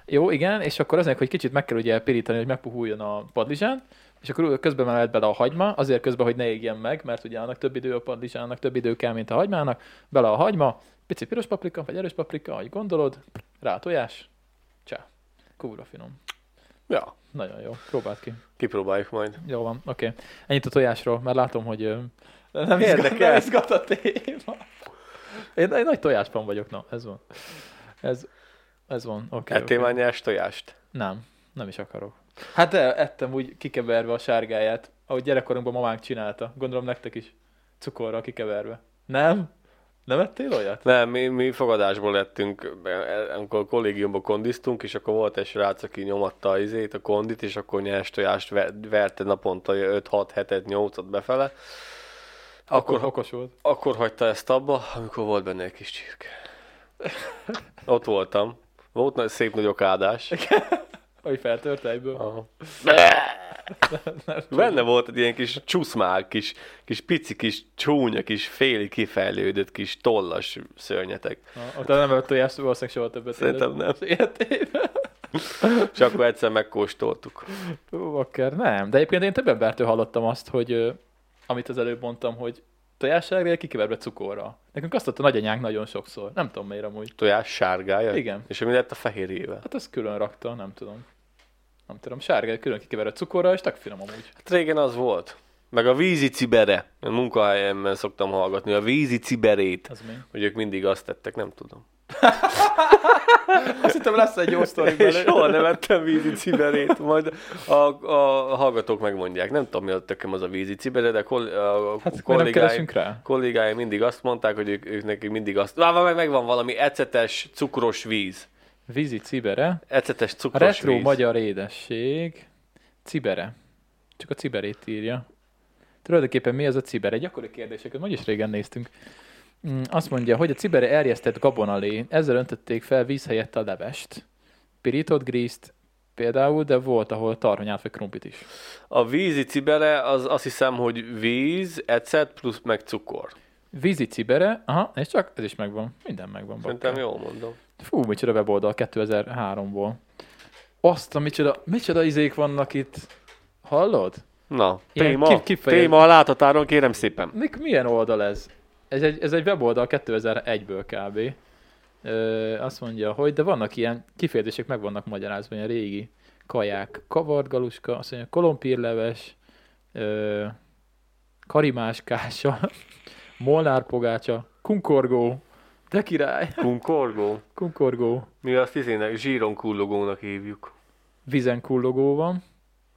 [SPEAKER 1] Jó, igen, és akkor aznek, hogy kicsit meg kell ugye pirítani, hogy megpuhuljon a padlizsán, és akkor közben már lehet bele a hagyma, azért közben, hogy ne égjen meg, mert ugye annak több idő a padlizsánnak, több idő kell, mint a hagymának, bele a hagyma, pici piros paprika, vagy erős paprika, ahogy gondolod, rá tojás, csá, kúra finom.
[SPEAKER 2] Ja,
[SPEAKER 1] Nagyon jó, próbáld ki.
[SPEAKER 2] kipróbáljuk majd.
[SPEAKER 1] Jó van, oké. Okay. Ennyit a tojásról, mert látom, hogy ö, nem, izgat,
[SPEAKER 2] Érdekel.
[SPEAKER 1] nem izgat a téma. Én, én nagy tojásban vagyok, na, ez van. Ez, ez van, oké. Okay,
[SPEAKER 2] Ettél Hát már nyers tojást?
[SPEAKER 1] Nem, nem is akarok. Hát de ettem úgy kikeverve a sárgáját, ahogy gyerekkorunkban mamánk csinálta. Gondolom nektek is cukorral kikeverve. Nem? Nem ettél olyat?
[SPEAKER 2] Nem, mi, mi fogadásból lettünk, amikor kollégiumban kondisztunk, és akkor volt egy srác, aki nyomatta az izét, a kondit, és akkor nyers tojást ver- verte naponta 5-6 hetet, 8-at befele.
[SPEAKER 1] Akkor
[SPEAKER 2] Akkor,
[SPEAKER 1] okos volt.
[SPEAKER 2] akkor hagyta ezt abba, amikor volt benne egy kis csirke. Ott voltam. Volt nagy, szép nagy okádás.
[SPEAKER 1] Hogy feltört egyből.
[SPEAKER 2] Aha. Ah. Benne volt egy ilyen kis csuszmál, kis, kis pici, kis csúnya, kis féli kifejlődött, kis tollas szörnyetek.
[SPEAKER 1] Ah, ott nem ölt tojást, valószínűleg soha többet
[SPEAKER 2] Szerintem nem.
[SPEAKER 1] életed- életében.
[SPEAKER 2] És akkor egyszer megkóstoltuk.
[SPEAKER 1] Ó, akár nem. De egyébként én több embertől hallottam azt, hogy ö, amit az előbb mondtam, hogy tojásságra kikeverve cukorra. Nekünk azt adta nagyanyánk nagyon sokszor. Nem tudom miért amúgy.
[SPEAKER 2] Tojás sárgája?
[SPEAKER 1] Igen.
[SPEAKER 2] És mi lett a fehérjével?
[SPEAKER 1] Hát ezt külön rakta, nem tudom. Nem tudom, sárga, külön kikeverve cukorra, és tök finom amúgy.
[SPEAKER 2] Hát régen az volt. Meg a vízi cibere. A munkahelyemben szoktam hallgatni a vízi ciberét.
[SPEAKER 1] Ez mi?
[SPEAKER 2] Hogy ők mindig azt tettek, nem tudom.
[SPEAKER 1] Azt hittem lesz egy jó sztori
[SPEAKER 2] Én
[SPEAKER 1] belőle.
[SPEAKER 2] soha nem ettem vízi ciberét, majd a, a, hallgatók megmondják. Nem tudom, mi a tököm az a vízi cibere, de kol, a, a
[SPEAKER 1] Hát miért nem
[SPEAKER 2] kollégáim,
[SPEAKER 1] keresünk rá?
[SPEAKER 2] kollégáim mindig azt mondták, hogy ők, ők nekik mindig azt... Vá, meg megvan valami ecetes, cukros víz.
[SPEAKER 1] Vízi cibere.
[SPEAKER 2] Ecetes,
[SPEAKER 1] A
[SPEAKER 2] cukros
[SPEAKER 1] retro
[SPEAKER 2] víz.
[SPEAKER 1] magyar édesség. Cibere. Csak a ciberét írja. Tulajdonképpen mi az a cibere? Gyakori kérdéseket, majd is régen néztünk. Mm, Azt mondja, hogy a cibere erjesztett gabonalé, ezzel öntötték fel víz helyett a levest. Pirított grízt például, de volt, ahol tarhonyát vagy krumplit is.
[SPEAKER 2] A vízi cibere az azt hiszem, hogy víz, ecet plusz meg cukor.
[SPEAKER 1] Vízi cibere, aha, és csak ez is megvan. Minden megvan.
[SPEAKER 2] Szerintem
[SPEAKER 1] bakker.
[SPEAKER 2] jól mondom.
[SPEAKER 1] Fú, micsoda weboldal 2003-ból. Azt a micsoda, micsoda izék vannak itt. Hallod?
[SPEAKER 2] Na,
[SPEAKER 1] Ilyen
[SPEAKER 2] téma,
[SPEAKER 1] kif- kifejez-
[SPEAKER 2] téma a látatáron, kérem szépen.
[SPEAKER 1] Mik, milyen oldal ez? Ez egy, ez egy weboldal 2001-ből kb. Ö, azt mondja, hogy de vannak ilyen kifejezések, meg vannak magyarázva, ilyen régi kaják. Kavart galuska, azt mondja, kolompírleves, ö, karimás kása, molnár pogácsa, kunkorgó, de király,
[SPEAKER 2] Kunkorgó.
[SPEAKER 1] kunkorgó,
[SPEAKER 2] Mi azt izének zsíron kullogónak hívjuk.
[SPEAKER 1] vizen kullogó van.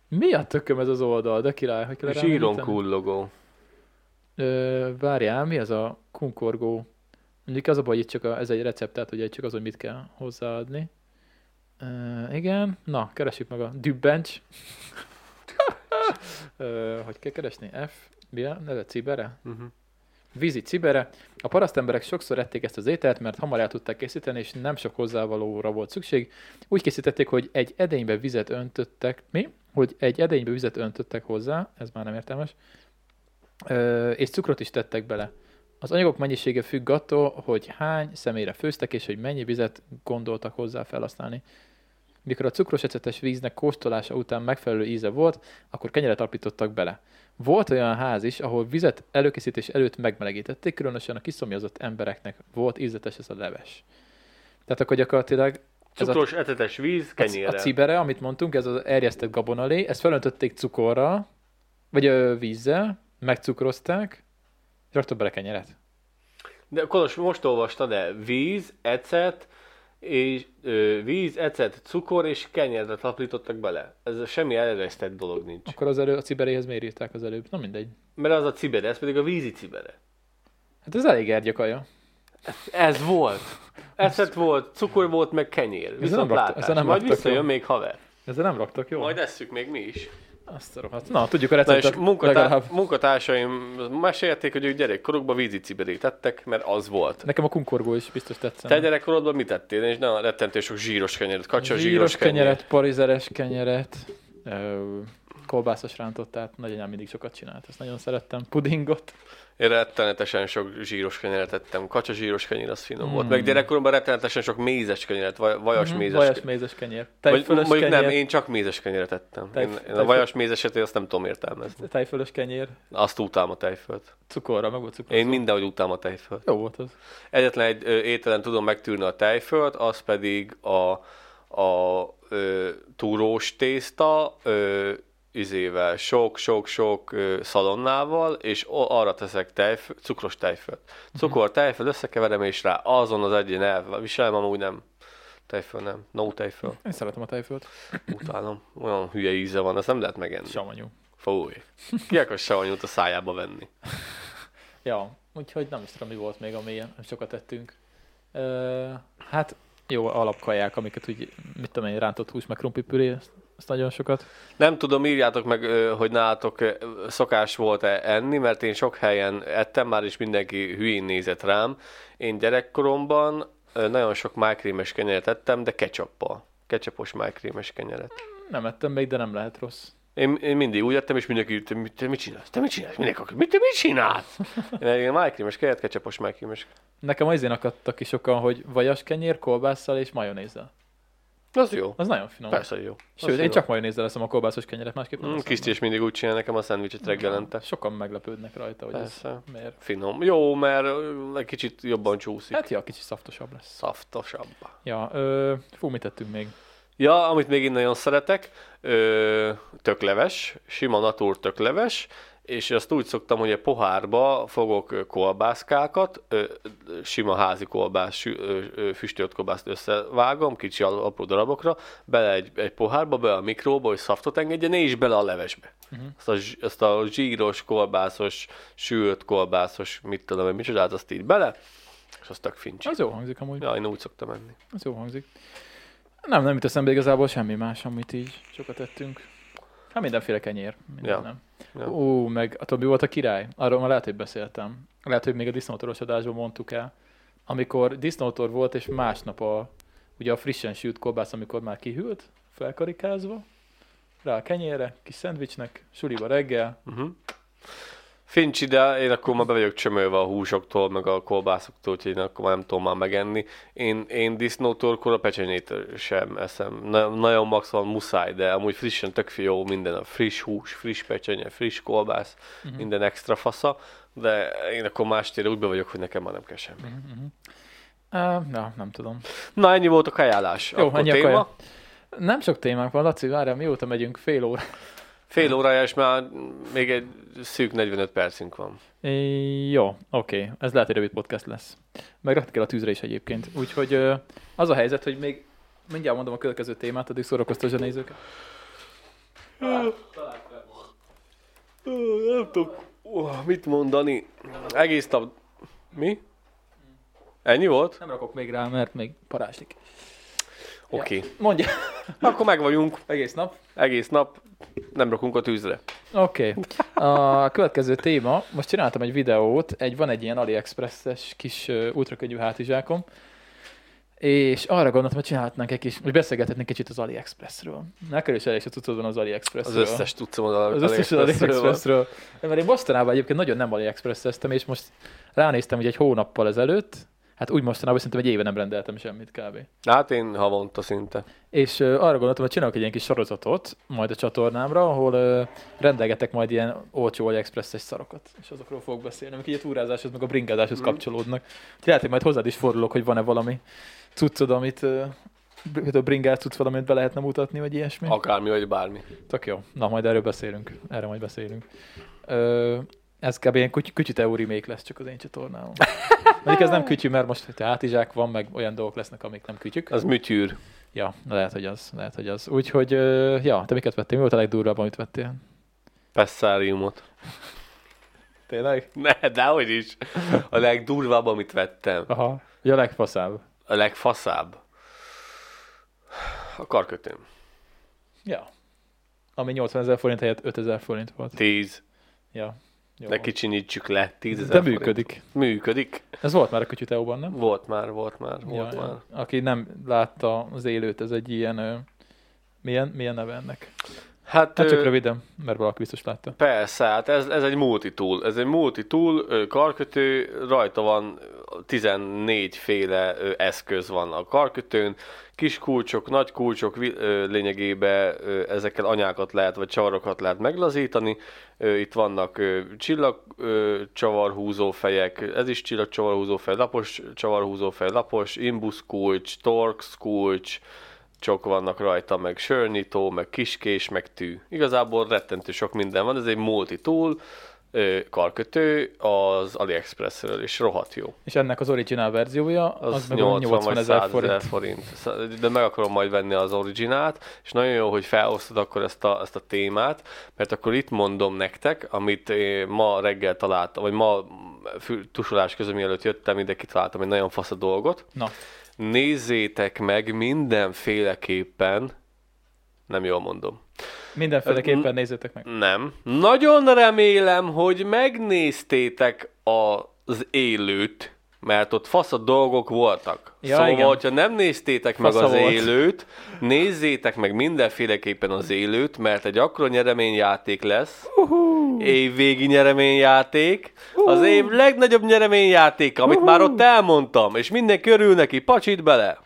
[SPEAKER 1] Mi a tököm ez az oldal, de király? Hogy kell erre
[SPEAKER 2] Zsíron
[SPEAKER 1] említeni?
[SPEAKER 2] kullogó.
[SPEAKER 1] Ö, várjál, mi az a kunkorgó? Mondjuk az a baj, itt csak a, ez egy recept, tehát ugye itt csak az, hogy mit kell hozzáadni. Ö, igen, na, keresjük meg a dübbencs. Ö, hogy kell keresni? F, mi a neve? Cibere?
[SPEAKER 2] Uh-huh.
[SPEAKER 1] Vízi cibere. A parasztemberek sokszor ették ezt az ételt, mert hamar el tudták készíteni, és nem sok hozzávalóra volt szükség. Úgy készítették, hogy egy edénybe vizet öntöttek, mi? Hogy egy edénybe vizet öntöttek hozzá, ez már nem értelmes, Ö, és cukrot is tettek bele. Az anyagok mennyisége függ attól, hogy hány személyre főztek, és hogy mennyi vizet gondoltak hozzá felhasználni. Mikor a cukros ecetes víznek kóstolása után megfelelő íze volt, akkor kenyeret alapítottak bele. Volt olyan ház is, ahol vizet előkészítés előtt megmelegítették, különösen a kiszomjazott embereknek volt ízletes ez a leves. Tehát akkor gyakorlatilag ez a,
[SPEAKER 2] Cukros, ecetes víz,
[SPEAKER 1] a,
[SPEAKER 2] kenyérrel.
[SPEAKER 1] a cibere, amit mondtunk, ez az erjesztett gabonalé, ezt felöntötték cukorral, vagy ö, vízzel, megcukrozták, és raktak bele kenyeret.
[SPEAKER 2] De Kolos, most olvastad el. Víz, ecet, és ö, víz, ecet, cukor és kenyérre taplítottak bele. Ez semmi elresztett dolog nincs.
[SPEAKER 1] Akkor az elő, a ciberéhez miért írták az előbb? Na mindegy.
[SPEAKER 2] Mert az a cibere, ez pedig a vízi cibere.
[SPEAKER 1] Hát ez elég ergyakaja.
[SPEAKER 2] Ez volt. Ecet volt, cukor volt, meg kenyér.
[SPEAKER 1] nem
[SPEAKER 2] Viszont
[SPEAKER 1] rakta-
[SPEAKER 2] látás.
[SPEAKER 1] ezzel nem
[SPEAKER 2] Majd
[SPEAKER 1] raktak
[SPEAKER 2] visszajön
[SPEAKER 1] jól.
[SPEAKER 2] még haver.
[SPEAKER 1] Ezzel nem raktak jól.
[SPEAKER 2] Majd esszük még mi is.
[SPEAKER 1] Azt a rohadt. Na, tudjuk a
[SPEAKER 2] Na és
[SPEAKER 1] receptet legalább.
[SPEAKER 2] munkatá- munkatársaim mesélték, hogy ők gyerekkorukban vízicibedét tettek, mert az volt.
[SPEAKER 1] Nekem a kunkorgó is biztos tetszett.
[SPEAKER 2] Te gyerekkorodban mit tettél? És na, rettentő sok zsíros kenyeret, kacsa zsíros,
[SPEAKER 1] zsíros
[SPEAKER 2] kenyeret.
[SPEAKER 1] kenyeret, parizeres kenyeret, ö, kolbászos rántottát, nagyanyám mindig sokat csinált, ezt nagyon szerettem. Pudingot.
[SPEAKER 2] Én rettenetesen sok zsíros kenyeret tettem. Kacsa zsíros kenyér az finom volt.
[SPEAKER 1] Hmm.
[SPEAKER 2] Meg gyerekkoromban rettenetesen sok mézes kenyeret, vaj- vajas
[SPEAKER 1] Mhm,
[SPEAKER 2] mézes.
[SPEAKER 1] Vajas mézes kenyér.
[SPEAKER 2] Vagy,
[SPEAKER 1] Tejfölös
[SPEAKER 2] mondjuk
[SPEAKER 1] kenyér.
[SPEAKER 2] nem, én csak mézes kenyeret tettem.
[SPEAKER 1] Tej-
[SPEAKER 2] Én, én a
[SPEAKER 1] tejföl-
[SPEAKER 2] vajas mézeset én azt nem tudom értelmezni.
[SPEAKER 1] Tejfölös kenyér.
[SPEAKER 2] Azt utálom a tejfölt.
[SPEAKER 1] Cukorra, meg volt cukor.
[SPEAKER 2] Én mindenhogy utálom a tejfölt.
[SPEAKER 1] Jó volt az.
[SPEAKER 2] Egyetlen egy ö, ételen tudom megtűrni a tejfölt, az pedig a, a ö, túrós tészta, ö, izével, sok-sok-sok ö, szalonnával, és o- arra teszek tejföl, cukros tejfölt. Cukor, tejföl, összekeverem, és rá azon az egyen elviselem, amúgy nem. Tejföl nem. No tejföl.
[SPEAKER 1] Én szeretem a tejfölt.
[SPEAKER 2] Utálom. Olyan hülye íze van, ezt nem lehet megenni.
[SPEAKER 1] Savanyú.
[SPEAKER 2] Fúj. Ki akar savanyút a szájába venni?
[SPEAKER 1] Ja, úgyhogy nem is tudom, mi volt még, ami nem sokat tettünk. Ö, hát jó alapkaják, amiket úgy, mit tudom én, rántott hús, meg krumplipüré, ezt- ezt nagyon sokat.
[SPEAKER 2] Nem tudom, írjátok meg, ö, hogy nálatok ö, szokás volt-e enni, mert én sok helyen ettem már, és mindenki hülyén nézett rám. Én gyerekkoromban ö, nagyon sok májkrémes kenyeret ettem, de ketchuppal. Ketchupos májkrémes kenyeret.
[SPEAKER 1] Nem ettem még, de nem lehet rossz.
[SPEAKER 2] Én, én mindig úgy ettem, és mindenki te, mit- te mit csinálsz? Te mit csinálsz? Mindenki akar, mit, te mit csinálsz? Én egy májkrémes kenyeret, ketchupos májkrémes.
[SPEAKER 1] Nekem azért akadtak ki sokan, hogy vajas kenyér, kolbásszal és majonézzel.
[SPEAKER 2] Az jó.
[SPEAKER 1] Az nagyon finom.
[SPEAKER 2] Persze jó.
[SPEAKER 1] Sőt,
[SPEAKER 2] Az
[SPEAKER 1] én
[SPEAKER 2] jó.
[SPEAKER 1] csak majonézzel eszem a kolbászos kenyeret, másképp nem
[SPEAKER 2] Mm,
[SPEAKER 1] eszem.
[SPEAKER 2] Kiszti is mindig úgy csinál nekem a szendvicset reggelente.
[SPEAKER 1] Sokan meglepődnek rajta, hogy ez
[SPEAKER 2] Persze.
[SPEAKER 1] miért.
[SPEAKER 2] Finom. Jó, mert ö, egy kicsit jobban csúszik.
[SPEAKER 1] Hát ja, kicsit szaftosabb lesz.
[SPEAKER 2] Szaftosabb.
[SPEAKER 1] Ja, ö, fú, mit tettünk még?
[SPEAKER 2] Ja, amit még én nagyon szeretek, ö, tökleves, sima natúr tökleves, és azt úgy szoktam, hogy a pohárba fogok ö, kolbászkákat, ö, ö, sima házi kolbász, sü- ö, ö, füstölt kolbászt összevágom, kicsi al- apró darabokra, bele egy, egy pohárba, bele a mikróba, hogy szaftot engedjen, és bele a levesbe. Uh-huh. Azt, a, zs- azt a zsíros, kolbászos, sült kolbászos, mit tudom én, micsodát, azt így bele, és azt tök fincs.
[SPEAKER 1] Az jó hangzik amúgy.
[SPEAKER 2] Ja, én úgy szoktam enni.
[SPEAKER 1] Az jó hangzik. Nem, nem jut eszembe igazából semmi más, amit így sokat ettünk. Hát mindenféle kenyér. Minden,
[SPEAKER 2] Ja.
[SPEAKER 1] nem.
[SPEAKER 2] Ja.
[SPEAKER 1] Ú, meg a Tobi volt a király. Arról már lehet, hogy beszéltem. Lehet, hogy még a disznótoros adásban mondtuk el. Amikor disznótor volt, és másnap a, ugye a frissen sült kolbász, amikor már kihűlt, felkarikázva, rá a kenyérre, kis szendvicsnek, suliba reggel.
[SPEAKER 2] Uh-huh. Fincs ide, én akkor már be vagyok csömölve a húsoktól, meg a kolbászoktól, úgyhogy én akkor már nem tudom már megenni. Én, én disznótorkor a pecsenyét sem eszem. Na, nagyon max van muszáj, de amúgy frissen tök jó minden. A friss hús, friss pecsenye, friss kolbász, uh-huh. minden extra fasza. De én akkor mástér úgy be vagyok, hogy nekem már nem kell semmi. Uh-huh.
[SPEAKER 1] Uh, na, nem tudom.
[SPEAKER 2] Na, ennyi volt a kajálás.
[SPEAKER 1] Jó,
[SPEAKER 2] akkor
[SPEAKER 1] ennyi a
[SPEAKER 2] téma.
[SPEAKER 1] kaja. Nem sok témánk van, Laci, várjál, mióta megyünk? Fél óra.
[SPEAKER 2] Fél órája, és már még egy szűk 45 percünk van.
[SPEAKER 1] É, Jó, oké. Ez lehet, hogy rövid podcast lesz. Meg rakd kell a tűzre is egyébként. Úgyhogy ö, az a helyzet, hogy még mindjárt mondom a következő témát, addig szórakoztasd a nézőket.
[SPEAKER 2] Ö, Nem tudok oh, mit mondani. Egész nap... Mi? Ennyi volt?
[SPEAKER 1] Nem rakok még rá, mert még parázslik.
[SPEAKER 2] Oké. Okay.
[SPEAKER 1] Mondja.
[SPEAKER 2] Akkor meg vagyunk
[SPEAKER 1] Egész nap.
[SPEAKER 2] egész nap. Nem rakunk a tűzre.
[SPEAKER 1] Oké. A következő téma, most csináltam egy videót, egy, van egy ilyen AliExpress-es kis ö, ultrakönnyű hátizsákom, és arra gondoltam, hogy csinálhatnánk egy kis, hogy beszélgethetnénk kicsit az AliExpressről. Nekem is elég se tudod van az
[SPEAKER 2] Az
[SPEAKER 1] AliExpressről.
[SPEAKER 2] összes tudszom oda.
[SPEAKER 1] Az összes az AliExpressről. Mert én mostanában egyébként nagyon nem AliExpress-eztem, és most ránéztem, hogy egy hónappal ezelőtt, hát úgy mostanában szerintem egy éve nem rendeltem semmit kb.
[SPEAKER 2] Hát én havonta szinte.
[SPEAKER 1] És ö, arra gondoltam, hogy csinálok egy ilyen kis sorozatot majd a csatornámra, ahol ö, rendelgetek majd ilyen olcsó AliExpress-es szarokat, és azokról fogok beszélni, amik így a túrázáshoz, meg a bringázáshoz kapcsolódnak. Úgyhogy lehet, hogy majd hozzád is fordulok, hogy van-e valami cuccod, amit ö, b- a bringás cucc valamit be lehetne mutatni, vagy ilyesmi.
[SPEAKER 2] Akármi vagy bármi.
[SPEAKER 1] Tök jó. Na, majd erről beszélünk. Erre majd beszélünk. Ö, ez kb. ilyen küty, kütyű teórimék lesz csak az én csatornámon. Mondjuk ez nem kütyű, mert most hogy hátizsák van, meg olyan dolgok lesznek, amik nem kütyük.
[SPEAKER 2] Az műtyűr.
[SPEAKER 1] Ja, na lehet, hogy az. Lehet, hogy az. Úgyhogy, ö, ja, te miket vettél? Mi volt a legdurvább, amit vettél?
[SPEAKER 2] Pessáriumot.
[SPEAKER 1] Tényleg?
[SPEAKER 2] Ne, dehogy is. A legdurvább, amit vettem.
[SPEAKER 1] Aha. Ja, a legfaszább.
[SPEAKER 2] A legfaszább. A karkötőm.
[SPEAKER 1] Ja. ami 80 ezer forint helyett 5 ezer forint volt.
[SPEAKER 2] 10.
[SPEAKER 1] Ja. Jó.
[SPEAKER 2] Ne kicsinyítsük le. 10
[SPEAKER 1] De
[SPEAKER 2] ezer forint.
[SPEAKER 1] működik.
[SPEAKER 2] Működik.
[SPEAKER 1] Ez volt már a Kütyű Teóban, nem?
[SPEAKER 2] Volt már, volt már, volt már.
[SPEAKER 1] Aki nem látta az élőt, ez egy ilyen... Ö, milyen, milyen neve ennek?
[SPEAKER 2] Hát,
[SPEAKER 1] Hát csak
[SPEAKER 2] ö,
[SPEAKER 1] röviden, mert valaki biztos látta.
[SPEAKER 2] Persze, hát ez, ez egy multitool. Ez egy multitool, ö, karkötő, rajta van 14 féle ö, eszköz van a karkötőn, kis kulcsok, nagy kulcsok vi- ö, lényegében ö, ezekkel anyákat lehet, vagy csavarokat lehet meglazítani. Ö, Itt vannak csillagcsavarhúzófejek, ez is csillagcsavarhúzófej, lapos csavarhúzófej, lapos, imbusz kulcs, torx kulcs, csok vannak rajta, meg sörnyitó, meg kiskés, meg tű. Igazából rettentő sok minden van, ez egy multi-tool, ö, karkötő, az AliExpressről is rohadt jó.
[SPEAKER 1] És ennek az originál verziója,
[SPEAKER 2] Az,
[SPEAKER 1] az, meg olyan
[SPEAKER 2] 80,
[SPEAKER 1] 80
[SPEAKER 2] vagy
[SPEAKER 1] ezer
[SPEAKER 2] 100
[SPEAKER 1] forint.
[SPEAKER 2] ezer forint. Szá- De meg akarom majd venni az originát, és nagyon jó, hogy felosztod akkor ezt a, ezt a témát, mert akkor itt mondom nektek, amit eh, ma reggel találtam, vagy ma fü- tusolás közben mielőtt jöttem, ide kitaláltam egy nagyon fasz a dolgot.
[SPEAKER 1] Na,
[SPEAKER 2] Nézzétek meg mindenféleképpen, nem jól mondom.
[SPEAKER 1] mindenféleképpen nézzétek meg.
[SPEAKER 2] Nem. Nagyon remélem, hogy megnéztétek az élőt, mert ott fasz a dolgok voltak.
[SPEAKER 1] Ja,
[SPEAKER 2] szóval,
[SPEAKER 1] igen.
[SPEAKER 2] hogyha nem néztétek meg
[SPEAKER 1] Fasza
[SPEAKER 2] az
[SPEAKER 1] volt.
[SPEAKER 2] élőt, nézzétek meg mindenféleképpen az élőt, mert egy akkora nyereményjáték lesz. Évvégi nyereményjáték. Az év legnagyobb nyereményjáték, amit már ott elmondtam, és mindenki örül neki, pacsit bele.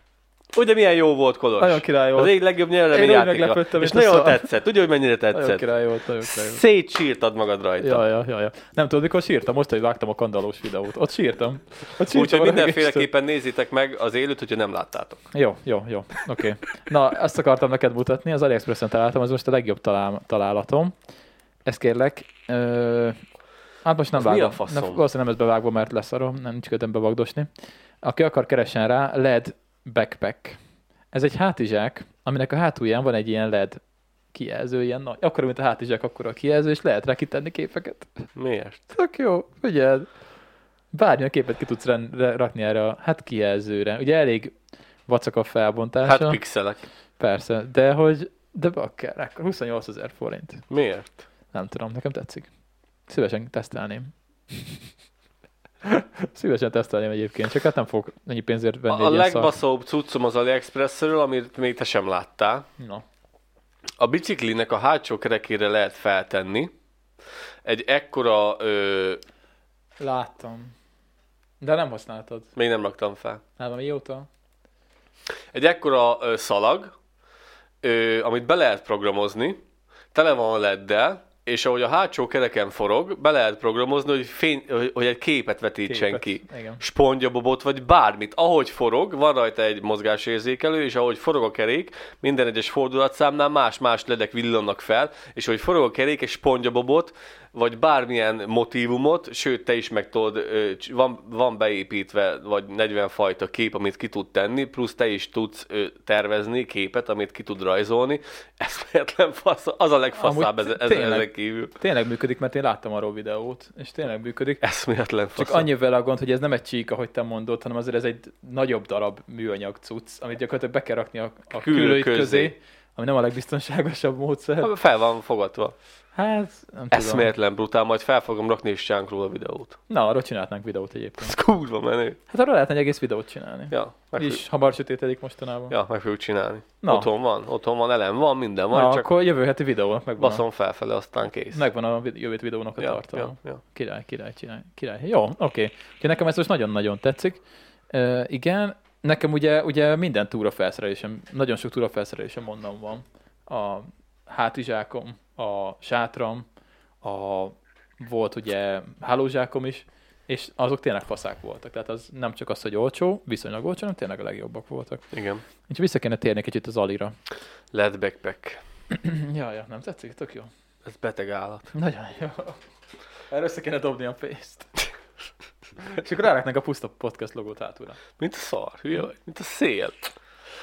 [SPEAKER 2] Ugye milyen jó volt, Kolos?
[SPEAKER 1] Nagyon király volt.
[SPEAKER 2] Az egyik legjobb
[SPEAKER 1] Én úgy
[SPEAKER 2] nyereményjátéka.
[SPEAKER 1] meglepődtem,
[SPEAKER 2] És
[SPEAKER 1] mint a
[SPEAKER 2] nagyon
[SPEAKER 1] szar.
[SPEAKER 2] tetszett. Ugye, hogy mennyire
[SPEAKER 1] Nagyon
[SPEAKER 2] tetszett?
[SPEAKER 1] király volt, nagyon király volt.
[SPEAKER 2] Szétsírtad magad rajta.
[SPEAKER 1] Ja, ja, ja, ja. Nem tudod, mikor sírtam, most, hogy vágtam a kandallós videót. Ott sírtam. Ott sírtam
[SPEAKER 2] Úgyhogy
[SPEAKER 1] a röhögéstől.
[SPEAKER 2] mindenféleképpen nézzétek meg az élőt, hogyha nem láttátok.
[SPEAKER 1] Jó, jó, jó. Oké. Okay. Na, ezt akartam neked mutatni. Az AliExpressen találtam, ez most a legjobb talál- találatom. Ezt kérlek. Ö... Hát most nem
[SPEAKER 2] Az
[SPEAKER 1] vágom.
[SPEAKER 2] mi a faszom?
[SPEAKER 1] Nem, valószínűleg nem ez bevágva, mert leszarom. Nem nincs ködöm bevagdosni. Aki akar, keresen rá. LED backpack. Ez egy hátizsák, aminek a hátulján van egy ilyen LED kijelző, ilyen nagy. Akkor, mint a hátizsák, akkor a kijelző, és lehet rá kitenni képeket.
[SPEAKER 2] Miért?
[SPEAKER 1] Tök jó, figyeld. Bármilyen képet ki tudsz ren- re- rakni erre a hát kijelzőre. Ugye elég vacak a
[SPEAKER 2] Hát
[SPEAKER 1] felbontása.
[SPEAKER 2] pixelek.
[SPEAKER 1] Persze, de hogy, de bakker, akkor 28 ezer forint.
[SPEAKER 2] Miért?
[SPEAKER 1] Nem tudom, nekem tetszik. Szívesen tesztelném. Szívesen tesztelném egyébként, csak hát nem fogok ennyi pénzért venni
[SPEAKER 2] A,
[SPEAKER 1] egy
[SPEAKER 2] a
[SPEAKER 1] ilyen szart.
[SPEAKER 2] legbaszóbb cuccom az AliExpressről, amit még te sem láttál.
[SPEAKER 1] Na,
[SPEAKER 2] A biciklinek a hátsó kerekére lehet feltenni egy ekkora... Ö,
[SPEAKER 1] láttam. De nem használtad.
[SPEAKER 2] még nem raktam fel.
[SPEAKER 1] Nem, mióta?
[SPEAKER 2] Egy ekkora ö, szalag, ö, amit be lehet programozni, tele van leddel, és ahogy a hátsó kereken forog, be lehet programozni, hogy, fény, hogy- hogy egy képet
[SPEAKER 1] Képet.
[SPEAKER 2] vetítsen ki.
[SPEAKER 1] Igen.
[SPEAKER 2] Spongyabobot, vagy bármit. Ahogy forog, van rajta egy mozgásérzékelő, és ahogy forog a kerék, minden egyes fordulatszámnál más-más ledek villannak fel, és ahogy forog a kerék, egy spongyabobot, vagy bármilyen motívumot, sőt, te is meg tudod, ö, cs- van, van beépítve, vagy 40 fajta kép, amit ki tud tenni, plusz te is tudsz ö, tervezni képet, amit ki tud rajzolni. Ez véletlen fasz, az a legfaszább
[SPEAKER 1] Amúgy
[SPEAKER 2] ez, ez,
[SPEAKER 1] tényleg.
[SPEAKER 2] ezek kívül.
[SPEAKER 1] Tényleg működik, mert én láttam arról videót, és tényleg működik.
[SPEAKER 2] Eszméletlen fasz.
[SPEAKER 1] Csak annyi vele a gond, hogy ez nem egy csík, ahogy te mondod, hanem azért ez egy nagyobb darab műanyag cucc, amit gyakorlatilag be kell rakni a, a
[SPEAKER 2] Külő
[SPEAKER 1] külőid
[SPEAKER 2] közé.
[SPEAKER 1] közé. ami nem a legbiztonságosabb módszer.
[SPEAKER 2] Fel van fogatva.
[SPEAKER 1] Hát, nem tudom.
[SPEAKER 2] Eszméletlen brutál, majd fel fogom rakni és csánk róla videót.
[SPEAKER 1] Na, arról csinálhatnánk videót egyébként.
[SPEAKER 2] Ez kurva menő.
[SPEAKER 1] Hát arról lehetne egy egész videót csinálni.
[SPEAKER 2] Ja, meg,
[SPEAKER 1] És
[SPEAKER 2] is.
[SPEAKER 1] is hamar sötétedik mostanában.
[SPEAKER 2] Ja, meg fogjuk csinálni. Na.
[SPEAKER 1] Na.
[SPEAKER 2] Otthon van, otthon van, elem van, minden van,
[SPEAKER 1] Na,
[SPEAKER 2] csak
[SPEAKER 1] akkor jövő heti videónak megvan.
[SPEAKER 2] baszom felfele, aztán kész.
[SPEAKER 1] A, megvan a vid- jövő hét videónak a
[SPEAKER 2] ja,
[SPEAKER 1] tartalma.
[SPEAKER 2] ja, ja.
[SPEAKER 1] Király, király, király, király. Jó, oké. Okay. Nekem ez most nagyon-nagyon tetszik. Uh, igen, nekem ugye, ugye minden túrafelszerelésem, nagyon sok túrafelszerelésem onnan van. A hátizsákom, a sátram, a volt ugye hálózsákom is, és azok tényleg faszák voltak. Tehát az nem csak az, hogy olcsó, viszonylag olcsó, hanem tényleg a legjobbak voltak.
[SPEAKER 2] Igen.
[SPEAKER 1] Úgyhogy vissza kéne térni kicsit az alira.
[SPEAKER 2] Led backpack.
[SPEAKER 1] ja, ja, nem tetszik? Tök jó.
[SPEAKER 2] Ez beteg állat.
[SPEAKER 1] Nagyon jó. Erre össze kéne dobni a pénzt. És akkor ráraknak a puszta podcast logót hátulra.
[SPEAKER 2] Mint a szar, hülye vagy, mint a szél.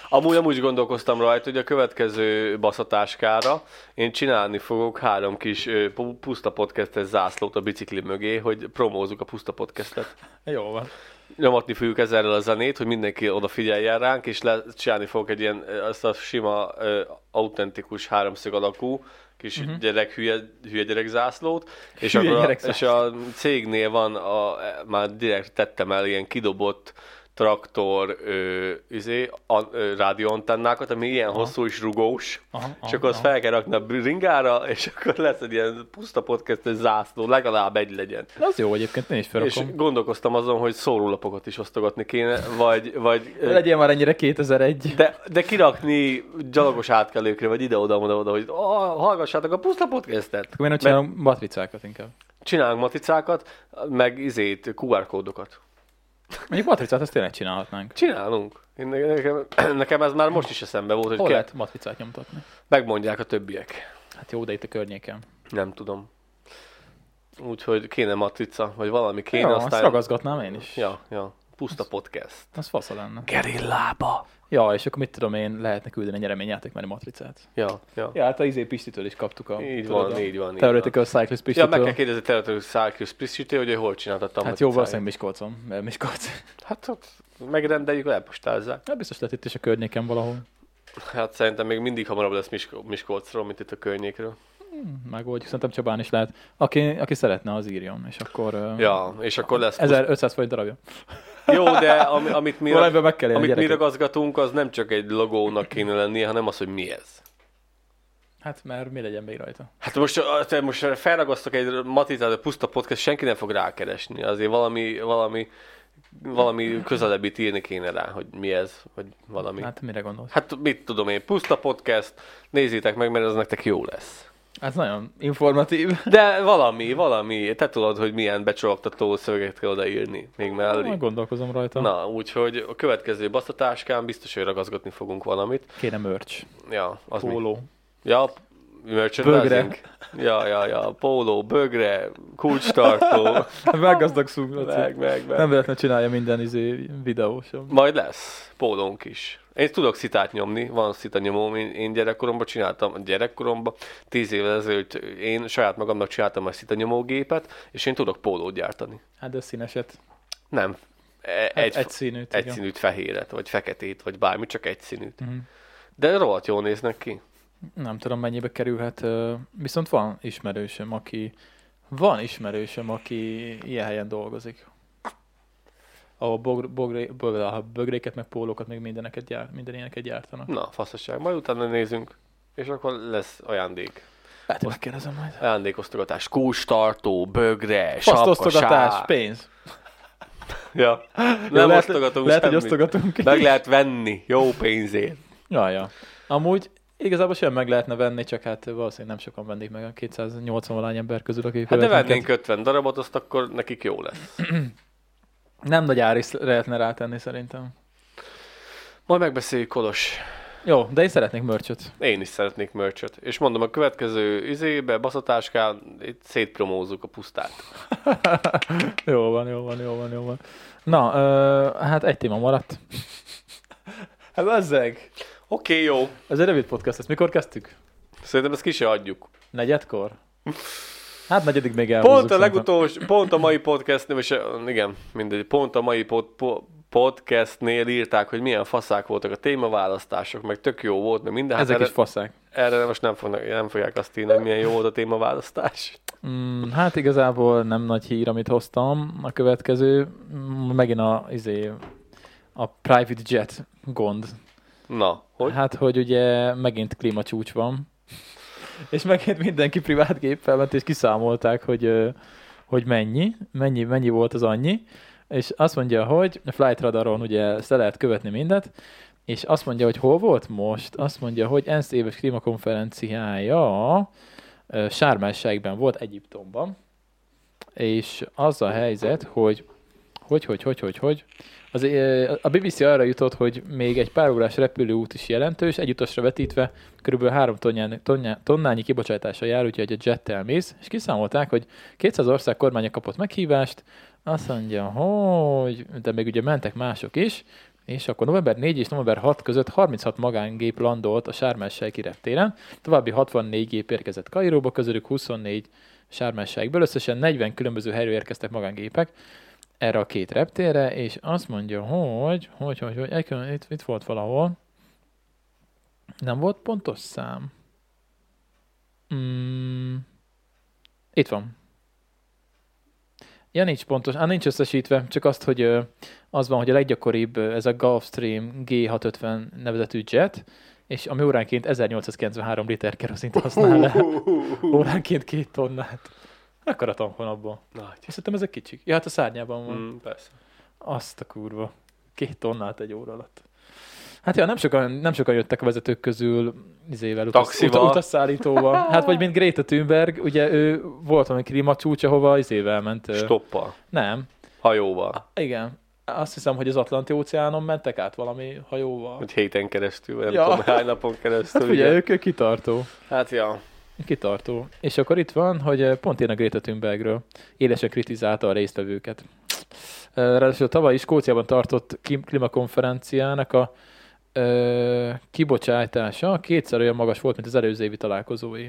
[SPEAKER 2] Amúgy amúgy gondolkoztam rajta, hogy a következő baszatáskára én csinálni fogok három kis ö, pu- puszta podcastes zászlót a bicikli mögé, hogy promózzuk a puszta podcastet.
[SPEAKER 1] Jó van.
[SPEAKER 2] nyomatni fogjuk ezzel a zenét, hogy mindenki odafigyeljen ránk, és le, csinálni fogok egy ilyen, azt a sima, ö, autentikus háromszög alakú kis uh-huh. gyerek, hülye, hülye gyerek zászlót, és,
[SPEAKER 1] Mhm. Hülye
[SPEAKER 2] akkor a,
[SPEAKER 1] gyerek
[SPEAKER 2] és a cégnél van, a, már direkt tettem el ilyen kidobott traktor ö, izé, a, ö, rádióantennákat, ami ilyen hosszú és rugós,
[SPEAKER 1] Aha,
[SPEAKER 2] és
[SPEAKER 1] aha,
[SPEAKER 2] akkor azt fel kell rakni a bringára, és akkor lesz egy ilyen puszta podcast, egy zászló, legalább egy legyen.
[SPEAKER 1] De az jó egyébként, én is felrakom.
[SPEAKER 2] És gondolkoztam azon, hogy szórólapokat is osztogatni kéne, vagy, vagy ö,
[SPEAKER 1] Legyen már ennyire 2001.
[SPEAKER 2] de, de kirakni gyalogos átkelőkre, vagy ide-oda, oda-oda, hogy "Ah, hallgassátok a puszta podcastet.
[SPEAKER 1] Akkor én csinálom matricákat inkább.
[SPEAKER 2] Csinálunk maticákat, meg izét, QR kódokat.
[SPEAKER 1] Mondjuk matricát azt tényleg csinálhatnánk.
[SPEAKER 2] Csinálunk. Én, nekem, nekem, ez már most is eszembe volt, hogy
[SPEAKER 1] Hol
[SPEAKER 2] kell,
[SPEAKER 1] lehet matricát nyomtatni?
[SPEAKER 2] megmondják a többiek.
[SPEAKER 1] Hát jó, de itt a környéken.
[SPEAKER 2] Nem tudom. Úgyhogy kéne matrica, vagy valami kéne,
[SPEAKER 1] Én jó, azt
[SPEAKER 2] aztán...
[SPEAKER 1] ragaszgatnám én is.
[SPEAKER 2] Ja, ja. Puszta podcast.
[SPEAKER 1] Az fasza lenne.
[SPEAKER 2] Gerillába.
[SPEAKER 1] Ja, és akkor mit tudom én, lehetne küldeni nyereményjáték már a matricát.
[SPEAKER 2] Ja, ja.
[SPEAKER 1] Ja, hát a izé Pistitől is kaptuk a...
[SPEAKER 2] Így
[SPEAKER 1] tudod,
[SPEAKER 2] van,
[SPEAKER 1] a
[SPEAKER 2] így van, így
[SPEAKER 1] Theoretical Cyclist
[SPEAKER 2] Ja,
[SPEAKER 1] Pistitől.
[SPEAKER 2] meg kell kérdezni tőled, hogy Szárkius Priscitő, hogy ő hol csináltatta a
[SPEAKER 1] hát jó,
[SPEAKER 2] matricáját.
[SPEAKER 1] valószínűleg Miskolcon, mert Miskolc.
[SPEAKER 2] Hát ott megrendeljük, elpostázzák.
[SPEAKER 1] Hát biztos lehet itt is a környéken valahol.
[SPEAKER 2] Hát szerintem még mindig hamarabb lesz Misko- Miskolcról, mint itt a környékről.
[SPEAKER 1] Mm. Megoldjuk, szerintem Csabán is lehet. Aki, aki szeretne, az írjon, és akkor... ö,
[SPEAKER 2] Ja, és akkor lesz...
[SPEAKER 1] 1500 forint darabja.
[SPEAKER 2] Jó, de ami, amit mi,
[SPEAKER 1] Valamiben meg kell élni,
[SPEAKER 2] amit mi
[SPEAKER 1] gyerekek.
[SPEAKER 2] ragazgatunk, az nem csak egy logónak kéne lennie, hanem az, hogy mi ez.
[SPEAKER 1] Hát mert mi legyen még rajta?
[SPEAKER 2] Hát most, ö, te most felragasztok egy matizát, a puszta podcast, senki nem fog rákeresni. Azért valami, valami, valami közelebbit írni kéne rá, hogy mi ez, vagy valami. Hát,
[SPEAKER 1] Hát mire gondolsz?
[SPEAKER 2] hát mit tudom én, puszta podcast, nézzétek meg, mert ez nektek jó lesz.
[SPEAKER 1] Hát nagyon informatív.
[SPEAKER 2] De valami, valami, te tudod, hogy milyen becsologtató szöveget kell odaírni, még mellé.
[SPEAKER 1] Majd gondolkozom rajta. Na.
[SPEAKER 2] Na, úgyhogy a következő basztatáskán biztos, hogy ragaszgatni fogunk valamit.
[SPEAKER 1] Kéne mörcs.
[SPEAKER 2] Ja, az mi?
[SPEAKER 1] Póló.
[SPEAKER 2] Ja, merchandising.
[SPEAKER 1] Bögre.
[SPEAKER 2] Ja, ja, ja, póló, bögre, kulcstartó,
[SPEAKER 1] Meggazdagsunk,
[SPEAKER 2] meg,
[SPEAKER 1] Hát, Laci.
[SPEAKER 2] meg, meg.
[SPEAKER 1] Nem véletlenül csinálja minden izé videósom.
[SPEAKER 2] Majd lesz pólónk is. Én tudok szitát nyomni, van szita nyomóm, én, én gyerekkoromban csináltam, gyerekkoromban, tíz évvel ezelőtt én saját magamnak csináltam a szita nyomógépet, és én tudok pólót gyártani.
[SPEAKER 1] Hát de színeset.
[SPEAKER 2] Nem, e-
[SPEAKER 1] Hát
[SPEAKER 2] egy,
[SPEAKER 1] egy színűt,
[SPEAKER 2] egy
[SPEAKER 1] igen.
[SPEAKER 2] színűt fehéret, vagy feketét, vagy bármi, csak egy színűt.
[SPEAKER 1] Mhm.
[SPEAKER 2] De rohadt jól néznek ki.
[SPEAKER 1] Nem tudom mennyibe kerülhet, ö, viszont van ismerősöm, aki van ismerősöm, aki ilyen helyen dolgozik. Ahol bogr, bogr, bogr, bögréket, meg pólókat, meg mindeneket gyár, minden ilyeneket gyártanak.
[SPEAKER 2] Na, faszasság, majd utána nézünk, és akkor lesz ajándék.
[SPEAKER 1] Hát én megkérdezem majd.
[SPEAKER 2] Ajándékosztogatás, kulcstartó, bögre,
[SPEAKER 1] Fasztosztogatás,
[SPEAKER 2] sapkasár.
[SPEAKER 1] pénz.
[SPEAKER 2] Ja.
[SPEAKER 1] Jó,
[SPEAKER 2] Nem
[SPEAKER 1] lehet,
[SPEAKER 2] osztogatunk
[SPEAKER 1] Lehet, hogy
[SPEAKER 2] semmit.
[SPEAKER 1] osztogatunk.
[SPEAKER 2] Meg lehet venni, jó pénzért.
[SPEAKER 1] Ja, ja. Amúgy igazából sem meg lehetne venni, csak hát valószínűleg nem sokan vennék meg a 280 valány ember közül, akik
[SPEAKER 2] Hát de
[SPEAKER 1] követnek
[SPEAKER 2] vennénk 50 darabot, azt akkor nekik jó lesz.
[SPEAKER 1] minket. Nem nagy áris lehetne rátenni szerintem.
[SPEAKER 2] Majd megbeszéljük, Kolos.
[SPEAKER 1] Jó, de én szeretnék mörcsöt.
[SPEAKER 2] Én is szeretnék mörcsöt. És mondom, a következő izébe, baszatáskán itt szétpromózzuk a pusztát.
[SPEAKER 1] Jó van, jó van, jó van, jó van. Na, ö, hát egy téma maradt. Hát azzeg.
[SPEAKER 2] Oké, okay, jó.
[SPEAKER 1] Ez egy rövid podcast, ezt mikor kezdtük?
[SPEAKER 2] Szerintem ezt ki se adjuk.
[SPEAKER 1] Negyedkor? Hát negyedik még elhúzzuk.
[SPEAKER 2] Pont a
[SPEAKER 1] szerintem.
[SPEAKER 2] legutolsó, pont a mai podcastnél, és igen, mindegy, pont a mai pod, po, podcastnél írták, hogy milyen faszák voltak a témaválasztások, meg tök jó volt, meg minden. Hát
[SPEAKER 1] Ezek
[SPEAKER 2] erre,
[SPEAKER 1] is faszák.
[SPEAKER 2] erre most nem, fognak, nem fogják azt írni, hogy milyen jó volt a témaválasztás.
[SPEAKER 1] Mm, hát igazából nem nagy hír, amit hoztam. A következő mm, megint a, izé, a private jet gond.
[SPEAKER 2] Na, hogy?
[SPEAKER 1] Hát, hogy ugye megint klímacsúcs van, és megint mindenki privát géppel ment, és kiszámolták, hogy, ö, hogy mennyi, mennyi, mennyi volt az annyi, és azt mondja, hogy a Flight Radaron ugye ezt le lehet követni mindet, és azt mondja, hogy hol volt most, azt mondja, hogy ENSZ éves klímakonferenciája Sármásságban volt Egyiptomban, és az a helyzet, hogy hogy, hogy, hogy, hogy, hogy, az, ö, a BBC arra jutott, hogy még egy pár órás repülőút is jelentős, egy utasra vetítve kb. 3 tonnán, tonnán, tonnányi kibocsátása jár, úgyhogy a jettel mész, és kiszámolták, hogy 200 ország kormánya kapott meghívást, azt mondja, hogy, de még ugye mentek mások is, és akkor november 4 és november 6 között 36 magángép landolt a Sármelsejki reptéren, további 64 gép érkezett Kairóba, közülük 24 Sármelseikből, összesen 40 különböző helyről érkeztek magángépek, erre a két reptérre, és azt mondja, hogy, hogy, hogy, hogy, egy, itt, itt volt valahol, nem volt pontos szám. Mm, itt van. Ja, nincs pontos. Á, nincs összesítve, csak azt, hogy ö, az van, hogy a leggyakoribb ö, ez a Gulfstream G650 nevezetű jet, és ami óránként 1893 liter kerozint használ le, óránként két tonnát. Mekkora honabból.
[SPEAKER 2] Nagy.
[SPEAKER 1] Azt hittem, ezek kicsik. Ja, hát a szárnyában van.
[SPEAKER 2] Mm, persze.
[SPEAKER 1] Azt a kurva. Két tonnát egy óra alatt. Hát ja, nem sokan, nem sokan jöttek a vezetők közül izével, utas-
[SPEAKER 2] Taxival.
[SPEAKER 1] uta- utasszállítóval. Hát vagy mint Greta Thunberg, ugye ő volt valami klímacsúcs, ahova izével ment. ö,
[SPEAKER 2] Stoppal.
[SPEAKER 1] Nem. Ah.
[SPEAKER 2] Hajóval.
[SPEAKER 1] Igen. Azt hiszem, hogy az Atlanti óceánon mentek át valami hajóval.
[SPEAKER 2] Vagy héten keresztül, vagy nem
[SPEAKER 1] Ja.
[SPEAKER 2] tudom, hány napon keresztül.
[SPEAKER 1] Hát ugye, ők, ők kitartó.
[SPEAKER 2] Hát ja.
[SPEAKER 1] Kitartó. És akkor itt van, hogy eh, pont én a Greta Thunbergről élesen kritizálta a résztvevőket. Eh, Ráadásul tavaly is Skóciában tartott klim- klímakonferenciának a ö, kibocsátása kétszer olyan magas volt, mint az előző évi találkozói.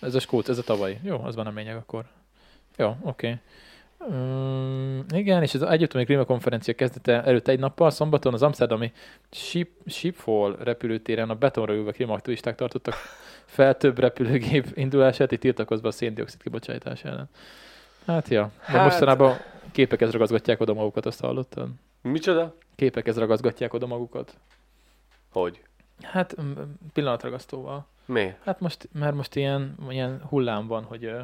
[SPEAKER 1] Ez a skóc, ez a tavaly. Jó, az van a lényeg akkor. Jó, oké. Okay. Mm, igen, és az együttemi klímakonferencia kezdete előtt egy nappal szombaton az amsterdami Ship, Schiphol repülőtéren a betonra ülve klímaaktivisták tartottak fel több repülőgép indulását, itt tiltakozva a széndiokszid kibocsátás ellen. Hát ja, hát...
[SPEAKER 2] Hát-
[SPEAKER 1] mostanában képekhez ragaszgatják oda magukat, azt hallottad?
[SPEAKER 2] Micsoda?
[SPEAKER 1] Képekhez ragaszgatják oda magukat.
[SPEAKER 2] Hogy?
[SPEAKER 1] Hát m- pillanatragasztóval.
[SPEAKER 2] Mi?
[SPEAKER 1] Hát most, mert most ilyen, ilyen hullám van, hogy ö,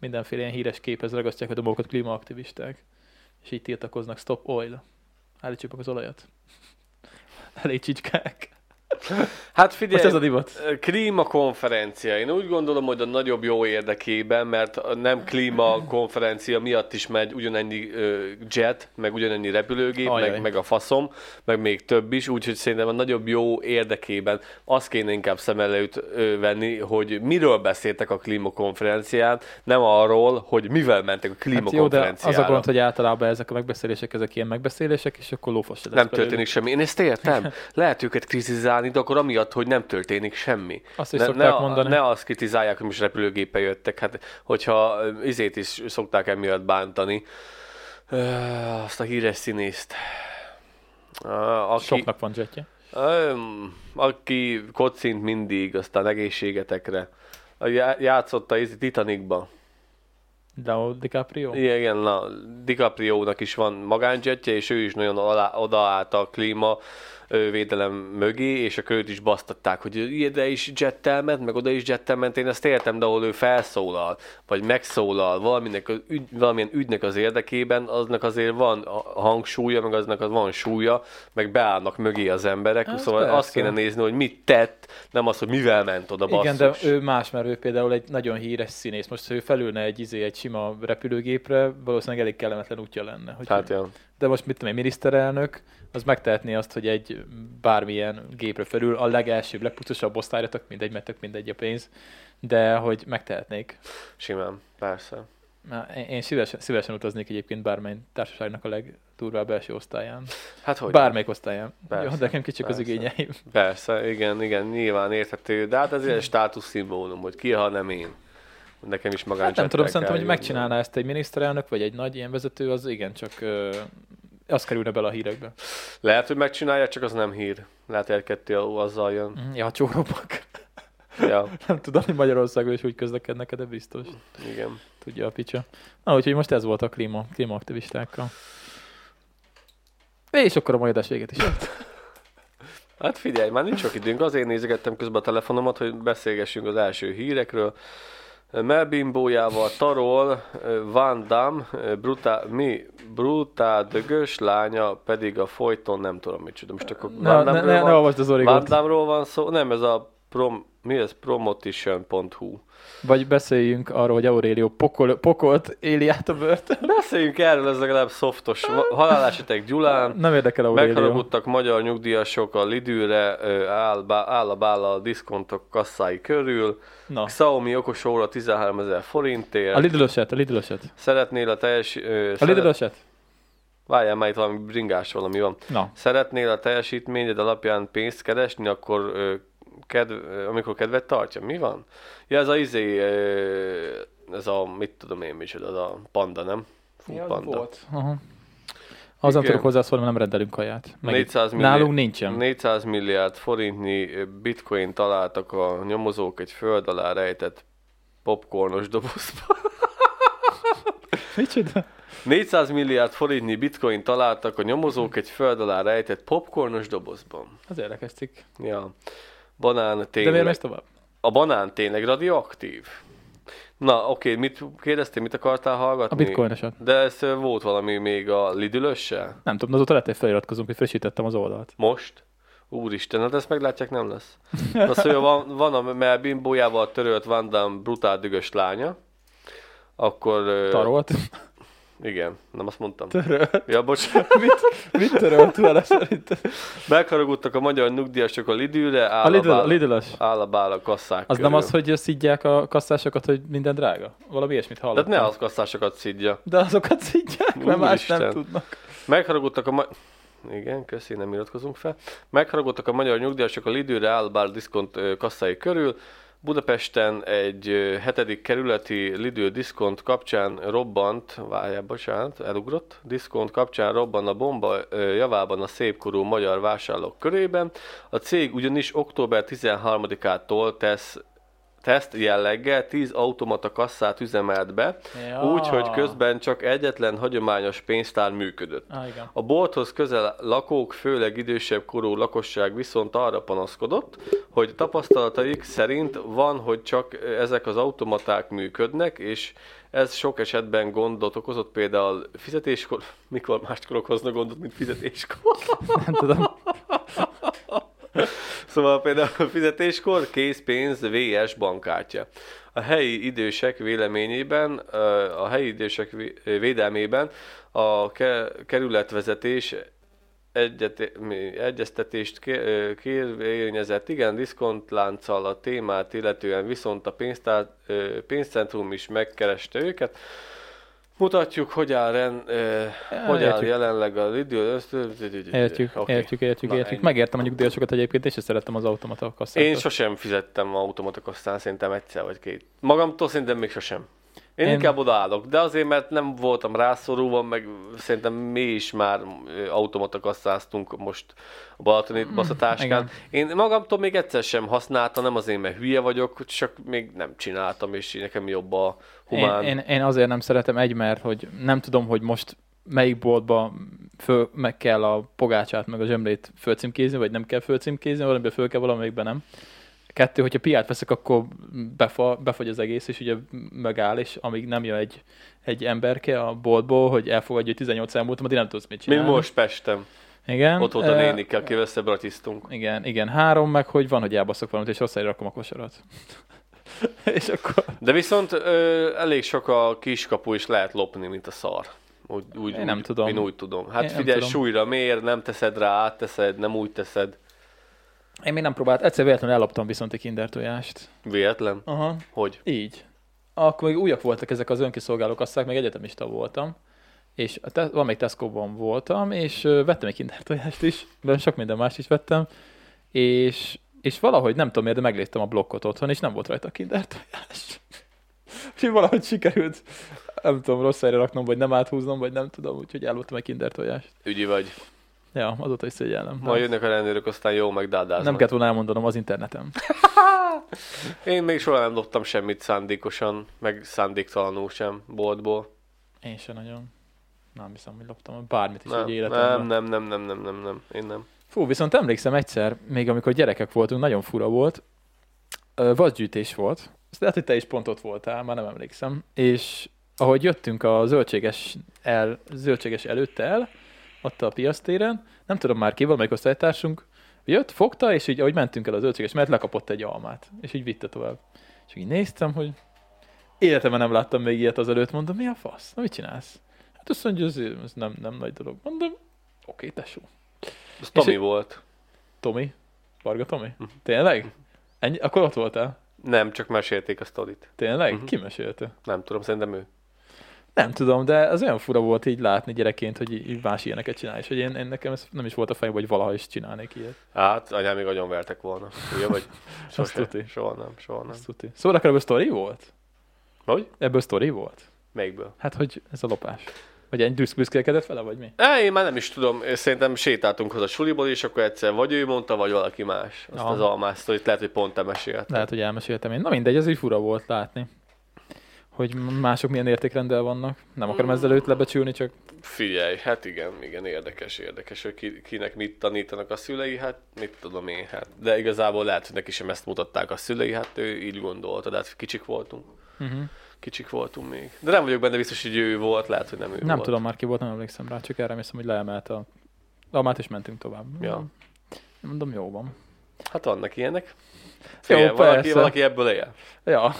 [SPEAKER 1] mindenféle ilyen híres képhez ragasztják a dolgokat klímaaktivisták, és így tiltakoznak stop oil. Állítsuk meg az olajat. Elég csicskák.
[SPEAKER 2] Hát figyelj,
[SPEAKER 1] Most ez a divat.
[SPEAKER 2] klímakonferencia. Én úgy gondolom, hogy a nagyobb jó érdekében, mert a nem klímakonferencia miatt is megy ugyanennyi ö, jet, meg ugyanennyi repülőgép,
[SPEAKER 1] Ajaj.
[SPEAKER 2] meg, meg a faszom, meg még több is, úgyhogy szerintem a nagyobb jó érdekében azt kéne inkább szem előtt ö, venni, hogy miről beszéltek a klímakonferencián, nem arról, hogy mivel mentek a
[SPEAKER 1] Hát jó, de
[SPEAKER 2] klímakonferenciára.
[SPEAKER 1] az a gond, hogy általában ezek a megbeszélések, ezek ilyen megbeszélések, és akkor lófasz se lesz
[SPEAKER 2] Nem
[SPEAKER 1] belőle.
[SPEAKER 2] történik semmi. Én ezt értem. Lehet őket kritizálni, de akkor amiatt, hogy nem történik semmi.
[SPEAKER 1] Azt is
[SPEAKER 2] ne,
[SPEAKER 1] szokták
[SPEAKER 2] ne,
[SPEAKER 1] mondani.
[SPEAKER 2] Ne azt kritizálják, hogy most repülőgéppel jöttek. Hát, hogyha ö, izét is szokták emiatt bántani. Ö, azt a híres színészt. Ö, Aki,
[SPEAKER 1] Soknak van zsetje.
[SPEAKER 2] Ö, aki kocint mindig, aztán egészségetekre. A já- Játszotta izé Titanicba.
[SPEAKER 1] Leo DiCaprio?
[SPEAKER 2] Igen, igen, na, DiCaprio-nak is van magánjetje, és ő is nagyon alá, odaállt a klíma ö, védelem mögé, és a őt is basztatták, hogy ide is jettel ment, meg oda is jettel ment, én ezt értem, de ahol ő felszólal, vagy megszólal valaminek, az ügy, valamilyen ügynek az érdekében, aznak azért van a- hangsúlya, meg aznak az van súlya, meg beállnak mögé az emberek,
[SPEAKER 1] Hát
[SPEAKER 2] hát, szóval
[SPEAKER 1] persze.
[SPEAKER 2] azt kéne nézni, hogy mit tett, nem az, hogy mivel ment oda basszus.
[SPEAKER 1] Igen, de ő más, mert ő például egy nagyon híres színész. Most, ha ő felülne egy, izé, egy sima repülőgépre, valószínűleg elég kellemetlen útja lenne. Hogy
[SPEAKER 2] Hát, ja.
[SPEAKER 1] De most mit tudom én, miniszterelnök, az megtehetné azt, hogy egy bármilyen gépre felül a legelsőbb, legpucosabb osztályra, tök mindegy, mert tök mindegy a pénz, de hogy megtehetnék.
[SPEAKER 2] Simán, persze.
[SPEAKER 1] Már én- Én szívesen, szívesen utaznék egyébként bármely társaságnak a legdurvább első osztályán.
[SPEAKER 2] Hát hogy?
[SPEAKER 1] Bármelyik osztályán.
[SPEAKER 2] Persze,
[SPEAKER 1] Jó, de nekem kicsik az
[SPEAKER 2] persze.
[SPEAKER 1] igényeim.
[SPEAKER 2] Persze, igen, igen, nyilván érthető, de hát ez egy státuszszimbólum, hogy ki, ha nem én. Nekem is magán
[SPEAKER 1] Hát nem tudom, szerintem, hogy megcsinálná ezt egy miniszterelnök, vagy egy nagy ilyen vezető, az igen, csak ö, az kerülne bele a hírekbe.
[SPEAKER 2] Lehet, hogy megcsinálja, csak az nem hír. Lehet, hogy egy-kettő azzal jön.
[SPEAKER 1] Mhm, Ja, csórópak.
[SPEAKER 2] Ja,
[SPEAKER 1] Nem tudom, hogy Magyarországon is úgy közlekednek, de biztos.
[SPEAKER 2] igen.
[SPEAKER 1] Tudja a picsa. Na, úgyhogy most ez volt a klíma, klímaaktivistákkal. És akkor a mai adás véget is. ért.
[SPEAKER 2] Hát figyelj, már nincs sok időnk, azért nézegettem közben a telefonomat, hogy beszélgessünk az első hírekről. Melbimbójával tarol, ö, Van Damme, ö, brutál, mi, brutál dögös lánya, pedig a folyton nem tudom micsoda. Most akkor
[SPEAKER 1] Ne, ne,
[SPEAKER 2] Damme-ről
[SPEAKER 1] ne,
[SPEAKER 2] van-
[SPEAKER 1] ne olvasd az
[SPEAKER 2] Van
[SPEAKER 1] origót.
[SPEAKER 2] Damme-ról van szó, nem ez a prom, mi ez? Promotion.hu.
[SPEAKER 1] Vagy beszéljünk arról, hogy Aurélio pokol, pokolt éli át a bört.
[SPEAKER 2] Beszéljünk erről, ez legalább szoftos. Va- Halálesetek Gyulán,
[SPEAKER 1] Nem érdekel Aurélio.
[SPEAKER 2] megharagudtak magyar nyugdíjasok a Lidőre, ö, áll, bá- áll a bála a diszkontok kasszái körül.
[SPEAKER 1] Na,
[SPEAKER 2] Xiaomi okos óra 13 ezer forintért.
[SPEAKER 1] Ah. a lidlöset, a lidlöset.
[SPEAKER 2] Szeretnél a teljes... Ö,
[SPEAKER 1] A
[SPEAKER 2] szeret-
[SPEAKER 1] lidlöset?
[SPEAKER 2] Várjál már, itt valami bringás valami van.
[SPEAKER 1] Na,
[SPEAKER 2] Szeretnél a teljesítményed alapján pénzt keresni, akkor ö, kedv, ö, amikor kedvet tartja, mi van? Ja, ez a izé, ö, ez a, mit tudom én micsoda, az a panda, nem? Fú, panda.
[SPEAKER 1] Aha. Az nem
[SPEAKER 2] Igen.
[SPEAKER 1] tudok hozzászólni, mert nem rendelünk kaját. Meg
[SPEAKER 2] 400
[SPEAKER 1] itt-
[SPEAKER 2] millió-
[SPEAKER 1] Nálunk nincsen.
[SPEAKER 2] 400 milliárd forintnyi ö, bitcoin találtak a nyomozók egy föld alá rejtett popcornos dobozban.
[SPEAKER 1] Micsoda?
[SPEAKER 2] 400 milliárd forintnyi bitcoin találtak a nyomozók egy föld alá rejtett popcornos dobozban.
[SPEAKER 1] Az érdekes cikk.
[SPEAKER 2] Ja. Banán
[SPEAKER 1] De miért
[SPEAKER 2] tényleg.
[SPEAKER 1] mész tovább?
[SPEAKER 2] A banán tényleg radioaktív? Na, oké, mit kérdeztél, mit akartál hallgatni?
[SPEAKER 1] A bitcoinosat.
[SPEAKER 2] De ez ö, volt valami még a lidülössel?
[SPEAKER 1] Nem tudom, azóta lehet, hogy feliratkozunk, hogy frissítettem az oldalt.
[SPEAKER 2] Most? Úristen, hát ezt meglátják, nem lesz. Na szóval van, van a Mel bimbójával törölt Van Damme brutál dügös lánya, akkor... ö,
[SPEAKER 1] Tarolt.
[SPEAKER 2] Igen, nem azt mondtam.
[SPEAKER 1] Törölt.
[SPEAKER 2] Ja, bocsánat.
[SPEAKER 1] mit, mit törölt vele szerintem?
[SPEAKER 2] Megharagudtak a magyar nyugdíjasok a Lidőre,
[SPEAKER 1] A Lidl,
[SPEAKER 2] állabál,
[SPEAKER 1] a
[SPEAKER 2] a, Lidl,
[SPEAKER 1] Lidl-ös.
[SPEAKER 2] kasszák
[SPEAKER 1] Az
[SPEAKER 2] körül.
[SPEAKER 1] nem az, hogy szidják a kasszásokat, hogy minden drága? Valami ilyesmit
[SPEAKER 2] Tehát
[SPEAKER 1] hallottam.
[SPEAKER 2] Hát ne az kasszásokat szidja.
[SPEAKER 1] De azokat szidják, mert más nem
[SPEAKER 2] Úristen.
[SPEAKER 1] tudnak.
[SPEAKER 2] Megharagudtak a ma... Igen, köszi, nem iratkozunk fel. Megharagudtak a magyar nyugdíjasok a Lidőre Álbár diszkont ö, kasszái körül. Budapesten egy ö, hetedik kerületi Lidő diszkont kapcsán robbant, várjál, bocsánat, elugrott, diszkont kapcsán robban a bomba ö, javában a szépkorú magyar vásárlók körében. A cég ugyanis október 13-ától tesz teszt jelleggel 10 automata kasszát üzemelt be,
[SPEAKER 1] Ja.
[SPEAKER 2] úgy, hogy közben csak egyetlen hagyományos pénztár működött.
[SPEAKER 1] Á, igen.
[SPEAKER 2] A bolthoz közel lakók, főleg idősebb korú lakosság viszont arra panaszkodott, hogy tapasztalataik szerint van, hogy csak ezek az automaták működnek, és ez sok esetben gondot okozott, például fizetéskor, mikor máskor okozna gondot, mint fizetéskor.
[SPEAKER 1] Nem tudom.
[SPEAKER 2] Szóval például a fizetéskor készpénz VS bankkártya. A helyi idősek véleményében, ö, a helyi idősek vé- védelmében a ke- kerületvezetés egyet, mi- egyeztetést ké- ö, kérvényezett, igen, diszkontlánccal a témát, illetően viszont a pénztár, ö, pénzcentrum is megkereste őket. Mutatjuk, hogy áll, ren, ö, hogy áll
[SPEAKER 1] értjük.
[SPEAKER 2] jelenleg a idő.
[SPEAKER 1] Értjük,
[SPEAKER 2] Oké.
[SPEAKER 1] értjük, értjük,
[SPEAKER 2] Na,
[SPEAKER 1] értjük.
[SPEAKER 2] ennyi.
[SPEAKER 1] Megértem a nyugdíjasokat egyébként, és szerettem az automata kasszát.
[SPEAKER 2] Én sosem fizettem automatok aztán szerintem egyszer vagy két. Magamtól szerintem még sosem. Én,
[SPEAKER 1] Én-
[SPEAKER 2] Én... inkább odaállok, de azért, mert nem voltam rászorulva, meg szerintem mi is már ö, automata kasszáztunk most a Balatoni baszatáskán.
[SPEAKER 1] Mm, igen.
[SPEAKER 2] Én magamtól még egyszer sem használtam, nem azért, mert hülye vagyok, csak még nem csináltam, és így nekem jobb a humán.
[SPEAKER 1] Én, én, én azért nem szeretem egy, mert hogy nem tudom, hogy most melyik boltba föl, meg kell a pogácsát, meg a zsemlét fölcímkézni, vagy nem kell fölcímkézni, valamiből föl kell, valamelyikben nem. Kettő, hogyha piát veszek, akkor befa, befagy az egész, és ugye megáll, és amíg nem jön egy, egy emberke a boltból, hogy elfogadja, hogy 18 elmúltam, addig nem tudsz mit
[SPEAKER 2] Mint
[SPEAKER 1] csinálni.
[SPEAKER 2] most Pestem.
[SPEAKER 1] Igen.
[SPEAKER 2] Ott volt a
[SPEAKER 1] eh,
[SPEAKER 2] nénikkel, akivel összebratisztunk.
[SPEAKER 1] Igen, igen, három, meg hogy van, hogy elbaszok valamit, és rossz helyre rakom a kosarat. és akkor...
[SPEAKER 2] De viszont ö, elég sok a kiskapu, és lehet lopni, mint a szar. Úgy, úgy,
[SPEAKER 1] Én nem
[SPEAKER 2] úgy,
[SPEAKER 1] tudom.
[SPEAKER 2] Én úgy tudom.
[SPEAKER 1] Én
[SPEAKER 2] Hát
[SPEAKER 1] nem
[SPEAKER 2] figyelj,
[SPEAKER 1] tudom.
[SPEAKER 2] súlyra mér, nem teszed rá, átteszed, nem úgy teszed.
[SPEAKER 1] Én még nem próbált, egyszer véletlenül elloptam viszont egy kinder tojást.
[SPEAKER 2] Véletlen?
[SPEAKER 1] Aha.
[SPEAKER 2] Hogy?
[SPEAKER 1] Így. Akkor még újak voltak ezek az önkiszolgáló kasszák, még egyetemista voltam. És a te- valamelyik Tesco-ban voltam, és ö, vettem egy kinder tojást is, de sok minden más is vettem. És, és valahogy nem tudom miért, de megléptem a blokkot otthon, és nem volt rajta a kinder tojás. És így valahogy sikerült, nem tudom, rossz helyre raknom, vagy nem áthúznom, vagy nem tudom, úgyhogy elloptam egy kinder tojást.
[SPEAKER 2] Ügyi vagy.
[SPEAKER 1] Ja, azóta is szégyellem.
[SPEAKER 2] Majd jönnek a rendőrök, aztán jó megdádáznak.
[SPEAKER 1] Nem kellett volna elmondanom az interneten.
[SPEAKER 2] Én még soha nem loptam semmit szándékosan, meg szándéktalanul sem boltból.
[SPEAKER 1] Én sem nagyon. Nem hiszem, hogy loptam bármit is
[SPEAKER 2] Nem,
[SPEAKER 1] egy életemben.
[SPEAKER 2] nem, nem, nem, nem, nem, nem, nem, én nem.
[SPEAKER 1] Fú, viszont emlékszem egyszer, még amikor gyerekek voltunk, nagyon fura volt, Ö, vasgyűjtés volt, ezt lehet, hogy te is pont ott voltál, már nem emlékszem, és ahogy jöttünk a zöldséges, el, zöldséges előtt el, ott a piasztéren, nem tudom már ki, valamelyik osztálytársunk, jött, fogta, és így ahogy mentünk el a zöldséges, mert lekapott egy almát, és így vitte tovább. És így néztem, hogy életemben nem láttam még ilyet azelőtt, mondom, mi a fasz? Na, mit csinálsz? Hát azt mondja, ez, ez nem, nem nagy dolog. Mondom, oké, tesó.
[SPEAKER 2] Ez Tomi
[SPEAKER 1] És-
[SPEAKER 2] volt.
[SPEAKER 1] Tomi? Varga Tomi? Tényleg? Ennyi? Akkor ott voltál?
[SPEAKER 2] Nem, csak mesélték a sztorit.
[SPEAKER 1] Tényleg? Uh-huh. Ki mesélte?
[SPEAKER 2] Nem tudom, szerintem ő.
[SPEAKER 1] Nem tudom, de az olyan fura volt így látni gyerekként, hogy így így más ilyeneket csinál, és hogy én, én nekem ez nem is volt a fejemben, hogy valaha is csinálnék ilyet.
[SPEAKER 2] Hát, anyám még agyon vertek volna. Ugye vagy? Sose,
[SPEAKER 1] tuti.
[SPEAKER 2] soha nem, soha nem.
[SPEAKER 1] Azt tudti. Szóval akkor ebből sztori volt?
[SPEAKER 2] Hogy?
[SPEAKER 1] Ebből sztori volt?
[SPEAKER 2] Melyikből?
[SPEAKER 1] Hát, hogy ez a lopás. Vagy egy büszkélkedett vele, vagy mi?
[SPEAKER 2] Á, én már nem is tudom, szerintem sétáltunk haza suliból, és akkor egyszer vagy ő mondta, vagy valaki más. Azt
[SPEAKER 1] Aha.
[SPEAKER 2] az almás sztorit, lehet, hogy pont te mesélt.
[SPEAKER 1] Lehet, hogy elmeséltem én. Na mindegy, ez így fura volt látni. Hogy mások milyen értékrendel vannak. Nem akarom ezzel őt lebecsülni, csak
[SPEAKER 2] Figyelj, hát igen, igen, érdekes, érdekes, hogy ki, kinek mit tanítanak a szülei, hát mit tudom én, hát. De igazából lehet, hogy neki sem ezt mutatták a szülei, hát ő így gondolta, de hát kicsik voltunk.
[SPEAKER 1] Mhm.
[SPEAKER 2] Kicsik voltunk még. De nem vagyok benne biztos, hogy ő volt, lehet, hogy nem ő
[SPEAKER 1] nem
[SPEAKER 2] volt.
[SPEAKER 1] tudom már ki volt, nem emlékszem rá, csak erre emlékszem, hogy leemelt a almát, és mentünk tovább.
[SPEAKER 2] Ja.
[SPEAKER 1] Mondom, jó van.
[SPEAKER 2] Hát vannak ilyenek.
[SPEAKER 1] Jó,
[SPEAKER 2] Figyelj, valaki,
[SPEAKER 1] persze.
[SPEAKER 2] valaki ebből él.
[SPEAKER 1] Ja.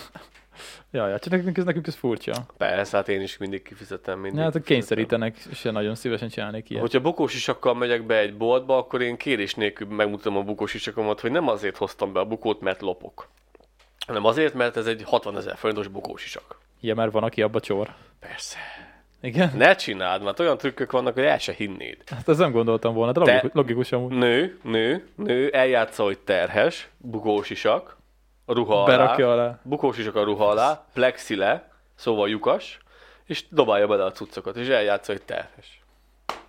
[SPEAKER 1] Ja, ja, csak nekünk ez, nekünk ez furcsa.
[SPEAKER 2] Persze, hát én is mindig kifizetem mindig.
[SPEAKER 1] Ja, hát
[SPEAKER 2] kifizetem.
[SPEAKER 1] kényszerítenek, se nagyon szívesen csinálnék ilyet.
[SPEAKER 2] Hogyha bukós isakkal megyek be egy boltba, akkor én kérés nélkül megmutatom a bukós isakomat, hogy nem azért hoztam be a bukót, mert lopok, hanem azért, mert ez egy 60 ezer forintos bukós isak.
[SPEAKER 1] Ilyen már van, aki abba csor.
[SPEAKER 2] Persze.
[SPEAKER 1] Igen?
[SPEAKER 2] Ne csináld, mert olyan trükkök vannak, hogy el se hinnéd.
[SPEAKER 1] Hát ezt nem gondoltam volna, de
[SPEAKER 2] Te-
[SPEAKER 1] logikus, logikus amúgy.
[SPEAKER 2] Nő, nő, nő, eljátsza, hogy terhes, bukós isak, a ruha alá,
[SPEAKER 1] Berakja alá.
[SPEAKER 2] bukós isak a ruha alá, plexile, szóval lyukas, és dobálja bele a cuccokat, és eljátsza, hogy terhes.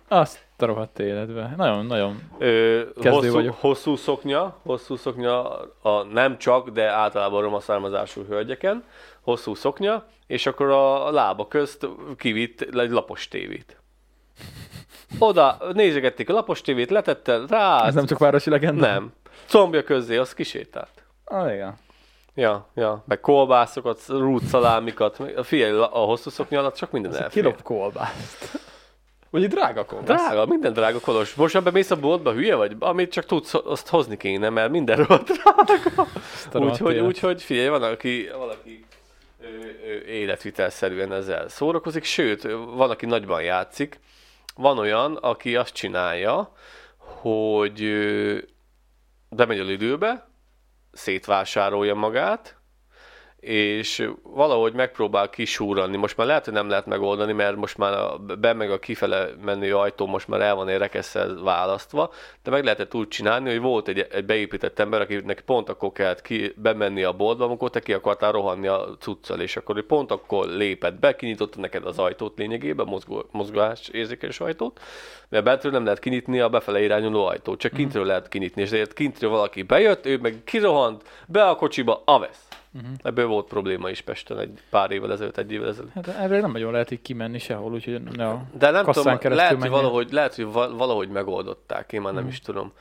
[SPEAKER 1] Azt a rohadt életbe. Nagyon, nagyon.
[SPEAKER 2] Ö,
[SPEAKER 1] Kezdő
[SPEAKER 2] hosszú,
[SPEAKER 1] vagyok.
[SPEAKER 2] hosszú, szoknya, hosszú szoknya a nem csak, de általában roma származású hölgyeken, hosszú szoknya, és akkor a lába közt kivitt egy lapos tévét. Oda nézegették a lapos tévét, letette rá,
[SPEAKER 1] Ez nem csak városi legenda?
[SPEAKER 2] nem. Combja közé, az kisétált.
[SPEAKER 1] Ah, igen.
[SPEAKER 2] Ja, ja, meg kolbászokat, rútszalámikat, meg- figyelj, la- a hosszú szoknya alatt csak minden elfér.
[SPEAKER 1] Kilop kolbászt. Ugye drága kolbász.
[SPEAKER 2] Drága, minden drága kolos. Most ha bemész a boltba, hülye vagy? Amit csak tudsz, azt hozni kéne, mert minden rohadt
[SPEAKER 1] Drága.
[SPEAKER 2] Úgyhogy, úgyhogy figyelj, van aki, valaki ö, ö, életvitelszerűen ezzel szórakozik, sőt, ö, van, aki nagyban játszik. Van olyan, aki azt csinálja, hogy ö, bemegy a lidőbe, szétvásárolja magát, és valahogy megpróbál kisúrani. Most már lehet, hogy nem lehet megoldani, mert most már a be meg a kifele menő ajtó most már el van egy rekesszel választva, de meg lehetett úgy csinálni, hogy volt egy, egy beépített ember, akinek pont akkor kellett ki, bemenni a boltba, amikor te ki akartál rohanni a cuccal, és akkor ő pont akkor lépett be, kinyitotta neked az ajtót lényegében, mozgó, mozgás érzékes ajtót, mert bentről nem lehet kinyitni a befele irányuló ajtót, csak kintről lehet kinyitni, és ezért kintről valaki bejött, ő meg kirohant, be a kocsiba, avesz. Uh-huh. Ebből volt probléma is Pesten egy pár évvel ezelőtt, egy évvel ezelőtt.
[SPEAKER 1] Hát erre nem nagyon lehet így kimenni sehol, úgyhogy ne a
[SPEAKER 2] De nem
[SPEAKER 1] kasszán
[SPEAKER 2] tudom,
[SPEAKER 1] keresztül
[SPEAKER 2] lehet, hogy
[SPEAKER 1] menjél. Mhm.
[SPEAKER 2] valahogy, lehet, hogy va- valahogy megoldották, én már nem is tudom.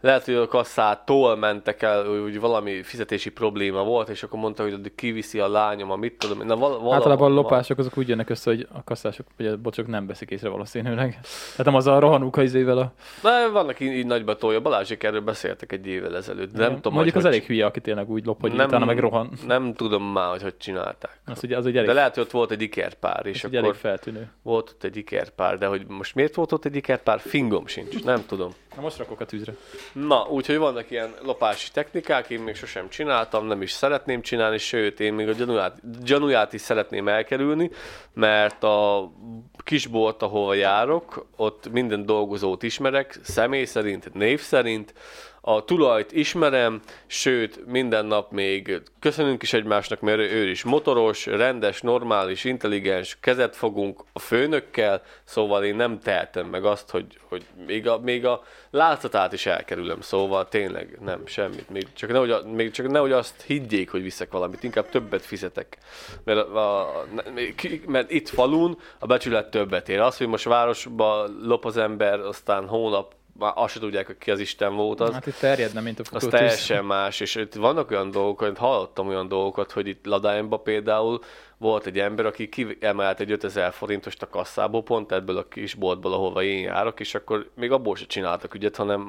[SPEAKER 2] Lehet, hogy a kasszától mentek el, hogy valami fizetési probléma volt, és akkor mondta, hogy addig kiviszi a lányom, a mit tudom. én. Na, val- valahol
[SPEAKER 1] Általában a
[SPEAKER 2] van.
[SPEAKER 1] lopások azok úgy jönnek össze, hogy a kasszások, vagy a bocsok nem veszik észre valószínűleg. Tehát nem az a rohanók a izével a...
[SPEAKER 2] Na, vannak így, így nagyba tolja. Balázsék erről beszéltek egy évvel ezelőtt. de Nem tudom,
[SPEAKER 1] Mondjuk
[SPEAKER 2] hogy
[SPEAKER 1] az
[SPEAKER 2] hogy-
[SPEAKER 1] elég hülye, aki tényleg úgy lop, hogy nem, utána meg rohan.
[SPEAKER 2] Nem tudom már, hogy hogy csinálták.
[SPEAKER 1] Az ugye, az ugye elég,
[SPEAKER 2] De lehet, hogy ott volt egy ikerpár, és
[SPEAKER 1] az ugye
[SPEAKER 2] akkor
[SPEAKER 1] elég feltűnő.
[SPEAKER 2] volt ott egy ikerpár, de hogy most miért volt ott egy ikerpár, fingom sincs, nem tudom.
[SPEAKER 1] Na most rakok a tűzre.
[SPEAKER 2] Na, úgyhogy vannak ilyen lopási technikák, én még sosem csináltam, nem is szeretném csinálni, sőt, én még a gyanúját, gyanúját is szeretném elkerülni, mert a kisbolt, ahova járok, ott minden dolgozót ismerek, személy szerint, név szerint, a tulajt ismerem, sőt, minden nap még köszönünk is egymásnak, mert ő is motoros, rendes, normális, intelligens, kezet fogunk a főnökkel, szóval én nem tehetem meg azt, hogy, hogy még, a, még a látszatát is elkerülöm, szóval tényleg nem, semmit. Még csak nehogy, a- még csak nehogy azt higgyék, hogy viszek valamit, inkább többet fizetek. Mert, a, a, ne- ki- mert itt falun a becsület többet ér. Az, hogy most városba lop az ember, aztán hónap, már azt se tudják, hogy ki az Isten volt az.
[SPEAKER 1] Hát itt terjedne, mint a
[SPEAKER 2] Az
[SPEAKER 1] futótűz.
[SPEAKER 2] teljesen más, és itt vannak olyan dolgok, amit hallottam olyan dolgokat, hogy itt Ladályban például volt egy ember, aki kiemelt egy 5000 forintost a kasszából, pont ebből a kis boltból, ahova én járok, és akkor még abból se csináltak ügyet, hanem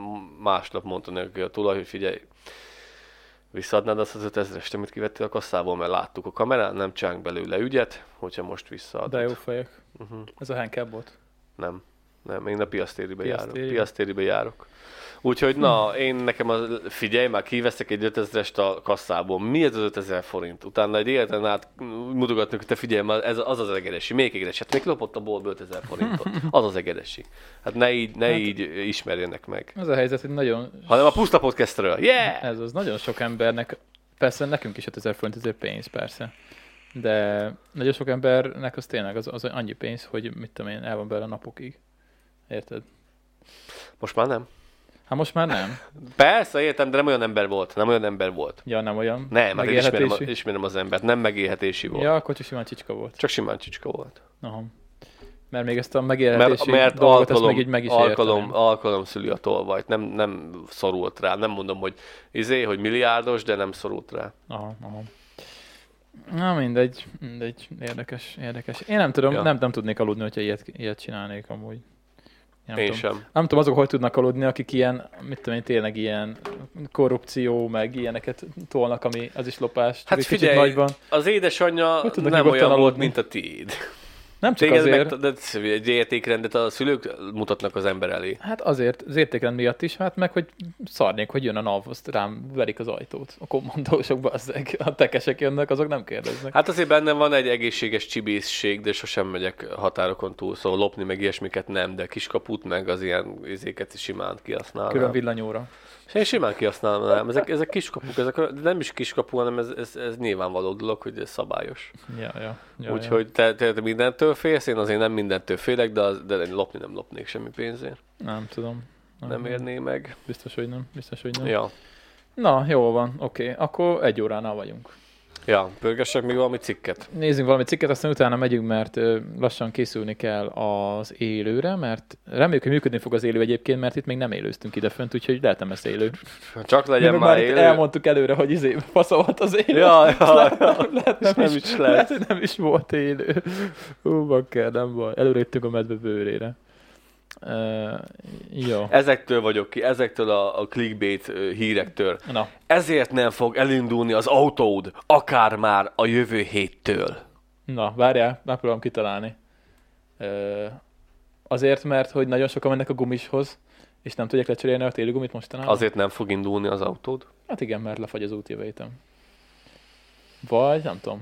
[SPEAKER 2] másnap mondta neki a tulaj, hogy figyelj, visszaadnád azt az 5000-est, amit kivettél a kasszából, mert láttuk a kamerán, nem csánk belőle ügyet, hogyha most visszaadod.
[SPEAKER 1] De jó fejek.
[SPEAKER 2] Mhm.
[SPEAKER 1] Uh-huh. Ez a Henkel volt.
[SPEAKER 2] Nem, nem, én a piasztéribe járok.
[SPEAKER 1] Piasztéribe.
[SPEAKER 2] Piasztéribe járok. Úgyhogy na, én nekem az, figyelj már, kiveszek egy 5000-est a kasszából. Mi ez az 5000 forint? Utána egy életen át mutogatnak, hogy te figyelj már, ez az az egeresi, még egeresi. Hát még lopott a boltba 5000 forintot. Az az egeresi. Hát ne így, ne így ismerjenek meg.
[SPEAKER 1] Az a helyzet, hogy nagyon...
[SPEAKER 2] Hanem a Puszta Podcastről. Yeah!
[SPEAKER 1] Ez az nagyon sok embernek, persze nekünk is 5000 forint azért pénz, persze. De nagyon sok embernek az tényleg az, az annyi pénz, hogy mit tudom én, el van belőle napokig. Érted?
[SPEAKER 2] Most már nem.
[SPEAKER 1] Hát most már nem.
[SPEAKER 2] Persze, értem, de nem olyan ember volt. Nem olyan ember volt.
[SPEAKER 1] Ja, nem olyan.
[SPEAKER 2] Nem, hát én ismerem,
[SPEAKER 1] megélhetési.
[SPEAKER 2] ismerem az embert. Nem megélhetési volt. Ja.
[SPEAKER 1] Ja, akkor csak simán csicska volt.
[SPEAKER 2] Csak simán csicska volt.
[SPEAKER 1] Aha. Mert még ezt a
[SPEAKER 2] Mert,
[SPEAKER 1] megélhetési
[SPEAKER 2] mert
[SPEAKER 1] dolgot,
[SPEAKER 2] alkalom,
[SPEAKER 1] ezt meg így meg is
[SPEAKER 2] alkalom,
[SPEAKER 1] érteném.
[SPEAKER 2] alkalom szüli a tolvajt. Nem, nem szorult rá. Nem mondom, hogy izé, hogy milliárdos, de nem szorult rá.
[SPEAKER 1] Aha, aha. Na mindegy, mindegy, érdekes, érdekes. Én nem tudom,
[SPEAKER 2] Ja.
[SPEAKER 1] ja. nem, nem tudnék aludni, hogyha ilyet, ilyet csinálnék amúgy. Én nem
[SPEAKER 2] én
[SPEAKER 1] tudom.
[SPEAKER 2] sem.
[SPEAKER 1] Nem tudom, azok hogy tudnak aludni, akik ilyen, mit tudom én, tényleg ilyen korrupció, meg ilyeneket tolnak, ami az is lopás. csak
[SPEAKER 2] Hát
[SPEAKER 1] egy
[SPEAKER 2] figyelj,
[SPEAKER 1] kicsit nagyban.
[SPEAKER 2] az édesanyja
[SPEAKER 1] Hogy tudnak
[SPEAKER 2] nem
[SPEAKER 1] nyugodtan
[SPEAKER 2] olyan volt,
[SPEAKER 1] aludni?
[SPEAKER 2] mint a tiéd.
[SPEAKER 1] Nem csak
[SPEAKER 2] Téged
[SPEAKER 1] azért.
[SPEAKER 2] meg, de egy értékrendet a szülők mutatnak az ember elé.
[SPEAKER 1] Hát azért, az értékrend miatt is, hát meg, hogy szarnék, hogy jön a NAV, azt rám verik az ajtót. A kommandósok, bazzeg, a tekesek jönnek, azok nem kérdeznek.
[SPEAKER 2] Hát azért bennem van egy egészséges csibészség, de sosem megyek határokon túl, szóval lopni meg ilyesmiket nem, de kiskaput meg az ilyen izéket is simán kihasználnám.
[SPEAKER 1] Külön villanyóra.
[SPEAKER 2] És én simán kihasználnám, ezek, ezek kiskapuk, ezek, a- de nem is kiskapu, hanem ez, ez, ez nyilvánvaló dolog, hogy ez szabályos.
[SPEAKER 1] Ja, ja, ja,
[SPEAKER 2] Ja, Úgyhogy te, te, te, mindentől félsz, én azért nem mindentől félek, de, az, de én lopni nem lopnék semmi pénzért,
[SPEAKER 1] ja. Nem tudom.
[SPEAKER 2] nem érné meg.
[SPEAKER 1] Biztos, hogy nem. Biztos, hogy nem.
[SPEAKER 2] Ja,
[SPEAKER 1] Na, jól van, oké. Okay. Akkor egy óránál vagyunk.
[SPEAKER 2] ja pörgessek még valami cikket.
[SPEAKER 1] Nézzünk valami cikket, aztán utána megyünk, mert ö, lassan készülni kell az élőre, mert reméljük, hogy működni fog az élő egyébként, mert itt még nem élőztünk idefönt, úgyhogy lehet nem lesz élő.
[SPEAKER 2] Csak legyen
[SPEAKER 1] Mi
[SPEAKER 2] már
[SPEAKER 1] itt
[SPEAKER 2] élő.
[SPEAKER 1] elmondtuk előre, hogy izé faszolt az élő.
[SPEAKER 2] Ja, ja,
[SPEAKER 1] Azt lehet,
[SPEAKER 2] ja.
[SPEAKER 1] Nem, lehet,
[SPEAKER 2] És
[SPEAKER 1] nem,
[SPEAKER 2] nem
[SPEAKER 1] is,
[SPEAKER 2] is lett.
[SPEAKER 1] lehet, hogy nem is volt élő. Hú, bakker, nem baj. Előréttünk a medve bőrére. Uh, jó.
[SPEAKER 2] Ezektől vagyok ki, ezektől a, a clickbait ö, hírektől.
[SPEAKER 1] Na,
[SPEAKER 2] Ezért nem fog elindulni az autód, akár már a jövő héttől.
[SPEAKER 1] na, várjál, megpróbálom kitalálni. Uh, azért, mert hogy nagyon sokan mennek a gumishoz, és nem tudják lecserélni a téli gumit mostanában.
[SPEAKER 2] Azért nem fog indulni az autód.
[SPEAKER 1] Hát igen, mert lefagy az útjövőjétem. Vagy, nem tudom.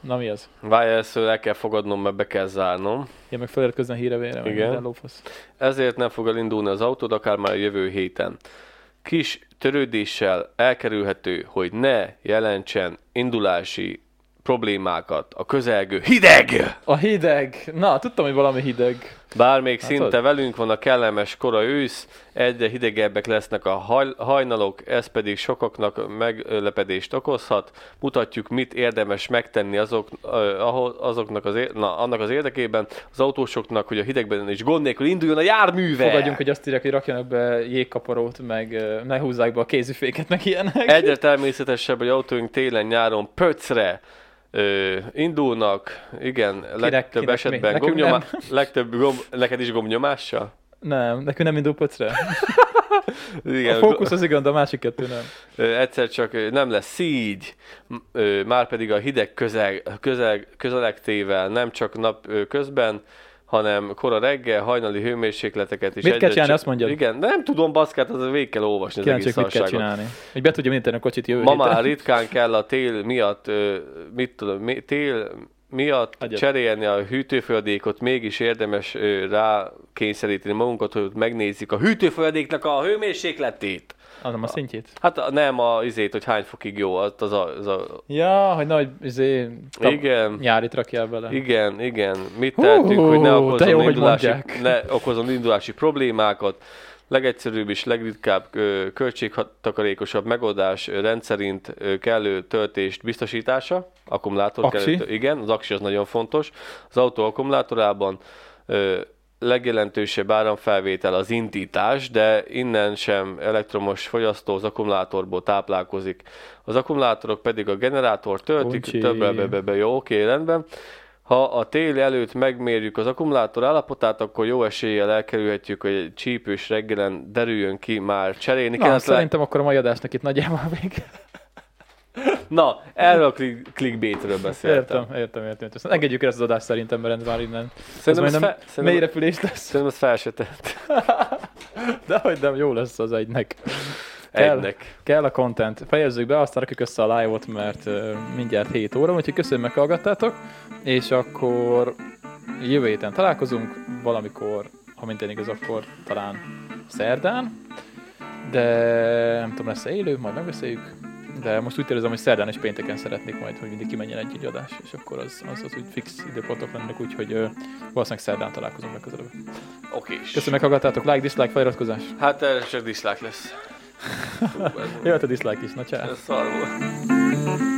[SPEAKER 1] Na mi az?
[SPEAKER 2] Várj, először el kell fogadnom, mert be kell zárnom.
[SPEAKER 1] Ja, meg feliratkozni a hírevére, meg
[SPEAKER 2] Igen.
[SPEAKER 1] minden lófasz.
[SPEAKER 2] Ezért nem fog elindulni az autód, akár már a jövő héten. Kis törődéssel elkerülhető, hogy ne jelentsen indulási problémákat a közelgő hideg!
[SPEAKER 1] A hideg! Na, tudtam, hogy valami hideg.
[SPEAKER 2] Bár még
[SPEAKER 1] Látod?
[SPEAKER 2] szinte velünk van a kellemes kora ősz, egyre hidegebbek lesznek a haj- hajnalok, ez pedig sokaknak meglepedést okozhat. Mutatjuk, mit érdemes megtenni azok, ö, ahhoz- azoknak az é- na, annak az érdekében, az autósoknak, hogy a hidegben is gond nélkül induljon a járműve.
[SPEAKER 1] Fogadjunk, hogy azt írják, hogy rakjanak be jégkaparót, meg ö, ne húzzák be a kéziféket, meg ilyenek.
[SPEAKER 2] Egyre természetesebb, hogy autóink télen-nyáron pöcre ö, indulnak. Igen, legtöbb
[SPEAKER 1] kinek mi?
[SPEAKER 2] esetben
[SPEAKER 1] Nekünk
[SPEAKER 2] gomnyomá-
[SPEAKER 1] nem.
[SPEAKER 2] legtöbb gomb, neked is gomnyomással?
[SPEAKER 1] Nem, nekünk nem indul pöcre. A
[SPEAKER 2] Igen,
[SPEAKER 1] fókusz az igen, de a másik kettő nem.
[SPEAKER 2] Ö, egyszer csak ö, nem lesz szígy, már pedig a hideg közeg, közeg, közelektével nem csak nap ö, közben, hanem kora reggel, hajnali hőmérsékleteket
[SPEAKER 1] Mit
[SPEAKER 2] is.
[SPEAKER 1] kell
[SPEAKER 2] egyre
[SPEAKER 1] csinálni,
[SPEAKER 2] csak-
[SPEAKER 1] azt mondjad?
[SPEAKER 2] Igen, de nem tudom, baszkát, az végig kell olvasni az egész
[SPEAKER 1] Kíváncsiak, mit kell
[SPEAKER 2] szarságot.
[SPEAKER 1] csinálni. Hogy be tudja mindenteni a kocsit jövő
[SPEAKER 2] Ma
[SPEAKER 1] héten.
[SPEAKER 2] már ritkán kell a tél miatt, ö, mit tudom, mi, tél miatt
[SPEAKER 1] Agyad.
[SPEAKER 2] cserélni a hűtőföldékot, mégis érdemes ö, rá kényszeríteni magunkat, hogy ott megnézzük a hűtőföldéknek a hőmérsékletét.
[SPEAKER 1] Adom a szintjét.
[SPEAKER 2] Hát a- nem a izét, hogy hány fokig jó, az, az, a, az a...
[SPEAKER 1] Ja, hogy nagy izé, tab-
[SPEAKER 2] Igen.
[SPEAKER 1] nyárit rakjál bele.
[SPEAKER 2] Igen, igen. Mit tettünk,
[SPEAKER 1] Hú,
[SPEAKER 2] hogy ne
[SPEAKER 1] de jó,
[SPEAKER 2] okozom,
[SPEAKER 1] hogy
[SPEAKER 2] indulási,
[SPEAKER 1] mondják.
[SPEAKER 2] ne okozom indulási problémákat. Legegyszerűbb és legritkább ö, költségtakarékosabb megoldás ö, rendszerint ö, kellő töltést biztosítása. Akkumulátor
[SPEAKER 1] Aksi.
[SPEAKER 2] kellő, tö- Igen, az aksi az nagyon fontos. Az autó akkumulátorában ö, legjelentősebb áramfelvétel az indítás, de innen sem elektromos fogyasztó az akkumulátorból táplálkozik. Az akkumulátorok pedig a generátor töltik,
[SPEAKER 1] Uncsi.
[SPEAKER 2] többre be, be, be, jó, oké, rendben. Ha a téli előtt megmérjük az akkumulátor állapotát, akkor jó eséllyel elkerülhetjük, hogy egy csípős reggelen derüljön ki már cserélni.
[SPEAKER 1] Na,
[SPEAKER 2] Na, le...
[SPEAKER 1] szerintem akkor a mai adásnak itt nagyjából vége.
[SPEAKER 2] Na erről a click- clickbaitről beszéltem.
[SPEAKER 1] Értem, értem, értem. értem. Ezt engedjük el ezt az adást szerintem, mert ez már innen. Ez
[SPEAKER 2] Szerintem ez,
[SPEAKER 1] majdnem
[SPEAKER 2] fe...
[SPEAKER 1] fe...
[SPEAKER 2] szerintem,
[SPEAKER 1] mélyrepülés lesz.
[SPEAKER 2] szerintem ez fel se tett.
[SPEAKER 1] De hogy nem, jó lesz az egynek. Kell.
[SPEAKER 2] Egynek.
[SPEAKER 1] Kell a content. Fejezzük be, aztán rakjuk össze a live-ot, mert ö, mindjárt 7 óra, van, úgyhogy köszönöm, meghallgattátok, és akkor jövő héten találkozunk, valamikor, ha minden igaz, akkor talán szerdán, de nem tudom, lesz-e élő, majd megbeszéljük, de de most úgy tervezem, hogy szerdán és pénteken szeretnék majd, hogy mindig kimenjen egy-egy adás, és akkor az, az, az úgy fix időpontok lennek, úgyhogy ö, valószínűleg szerdán találkozunk legközelebb.
[SPEAKER 2] Oké.
[SPEAKER 1] Köszönöm, meghallgattátok, like, dislike, feliratkozás.
[SPEAKER 2] Hát erre csak diszlák lesz. Hú, ez-
[SPEAKER 1] Jöhet a dislike is, na csá.
[SPEAKER 2] ez szar volt.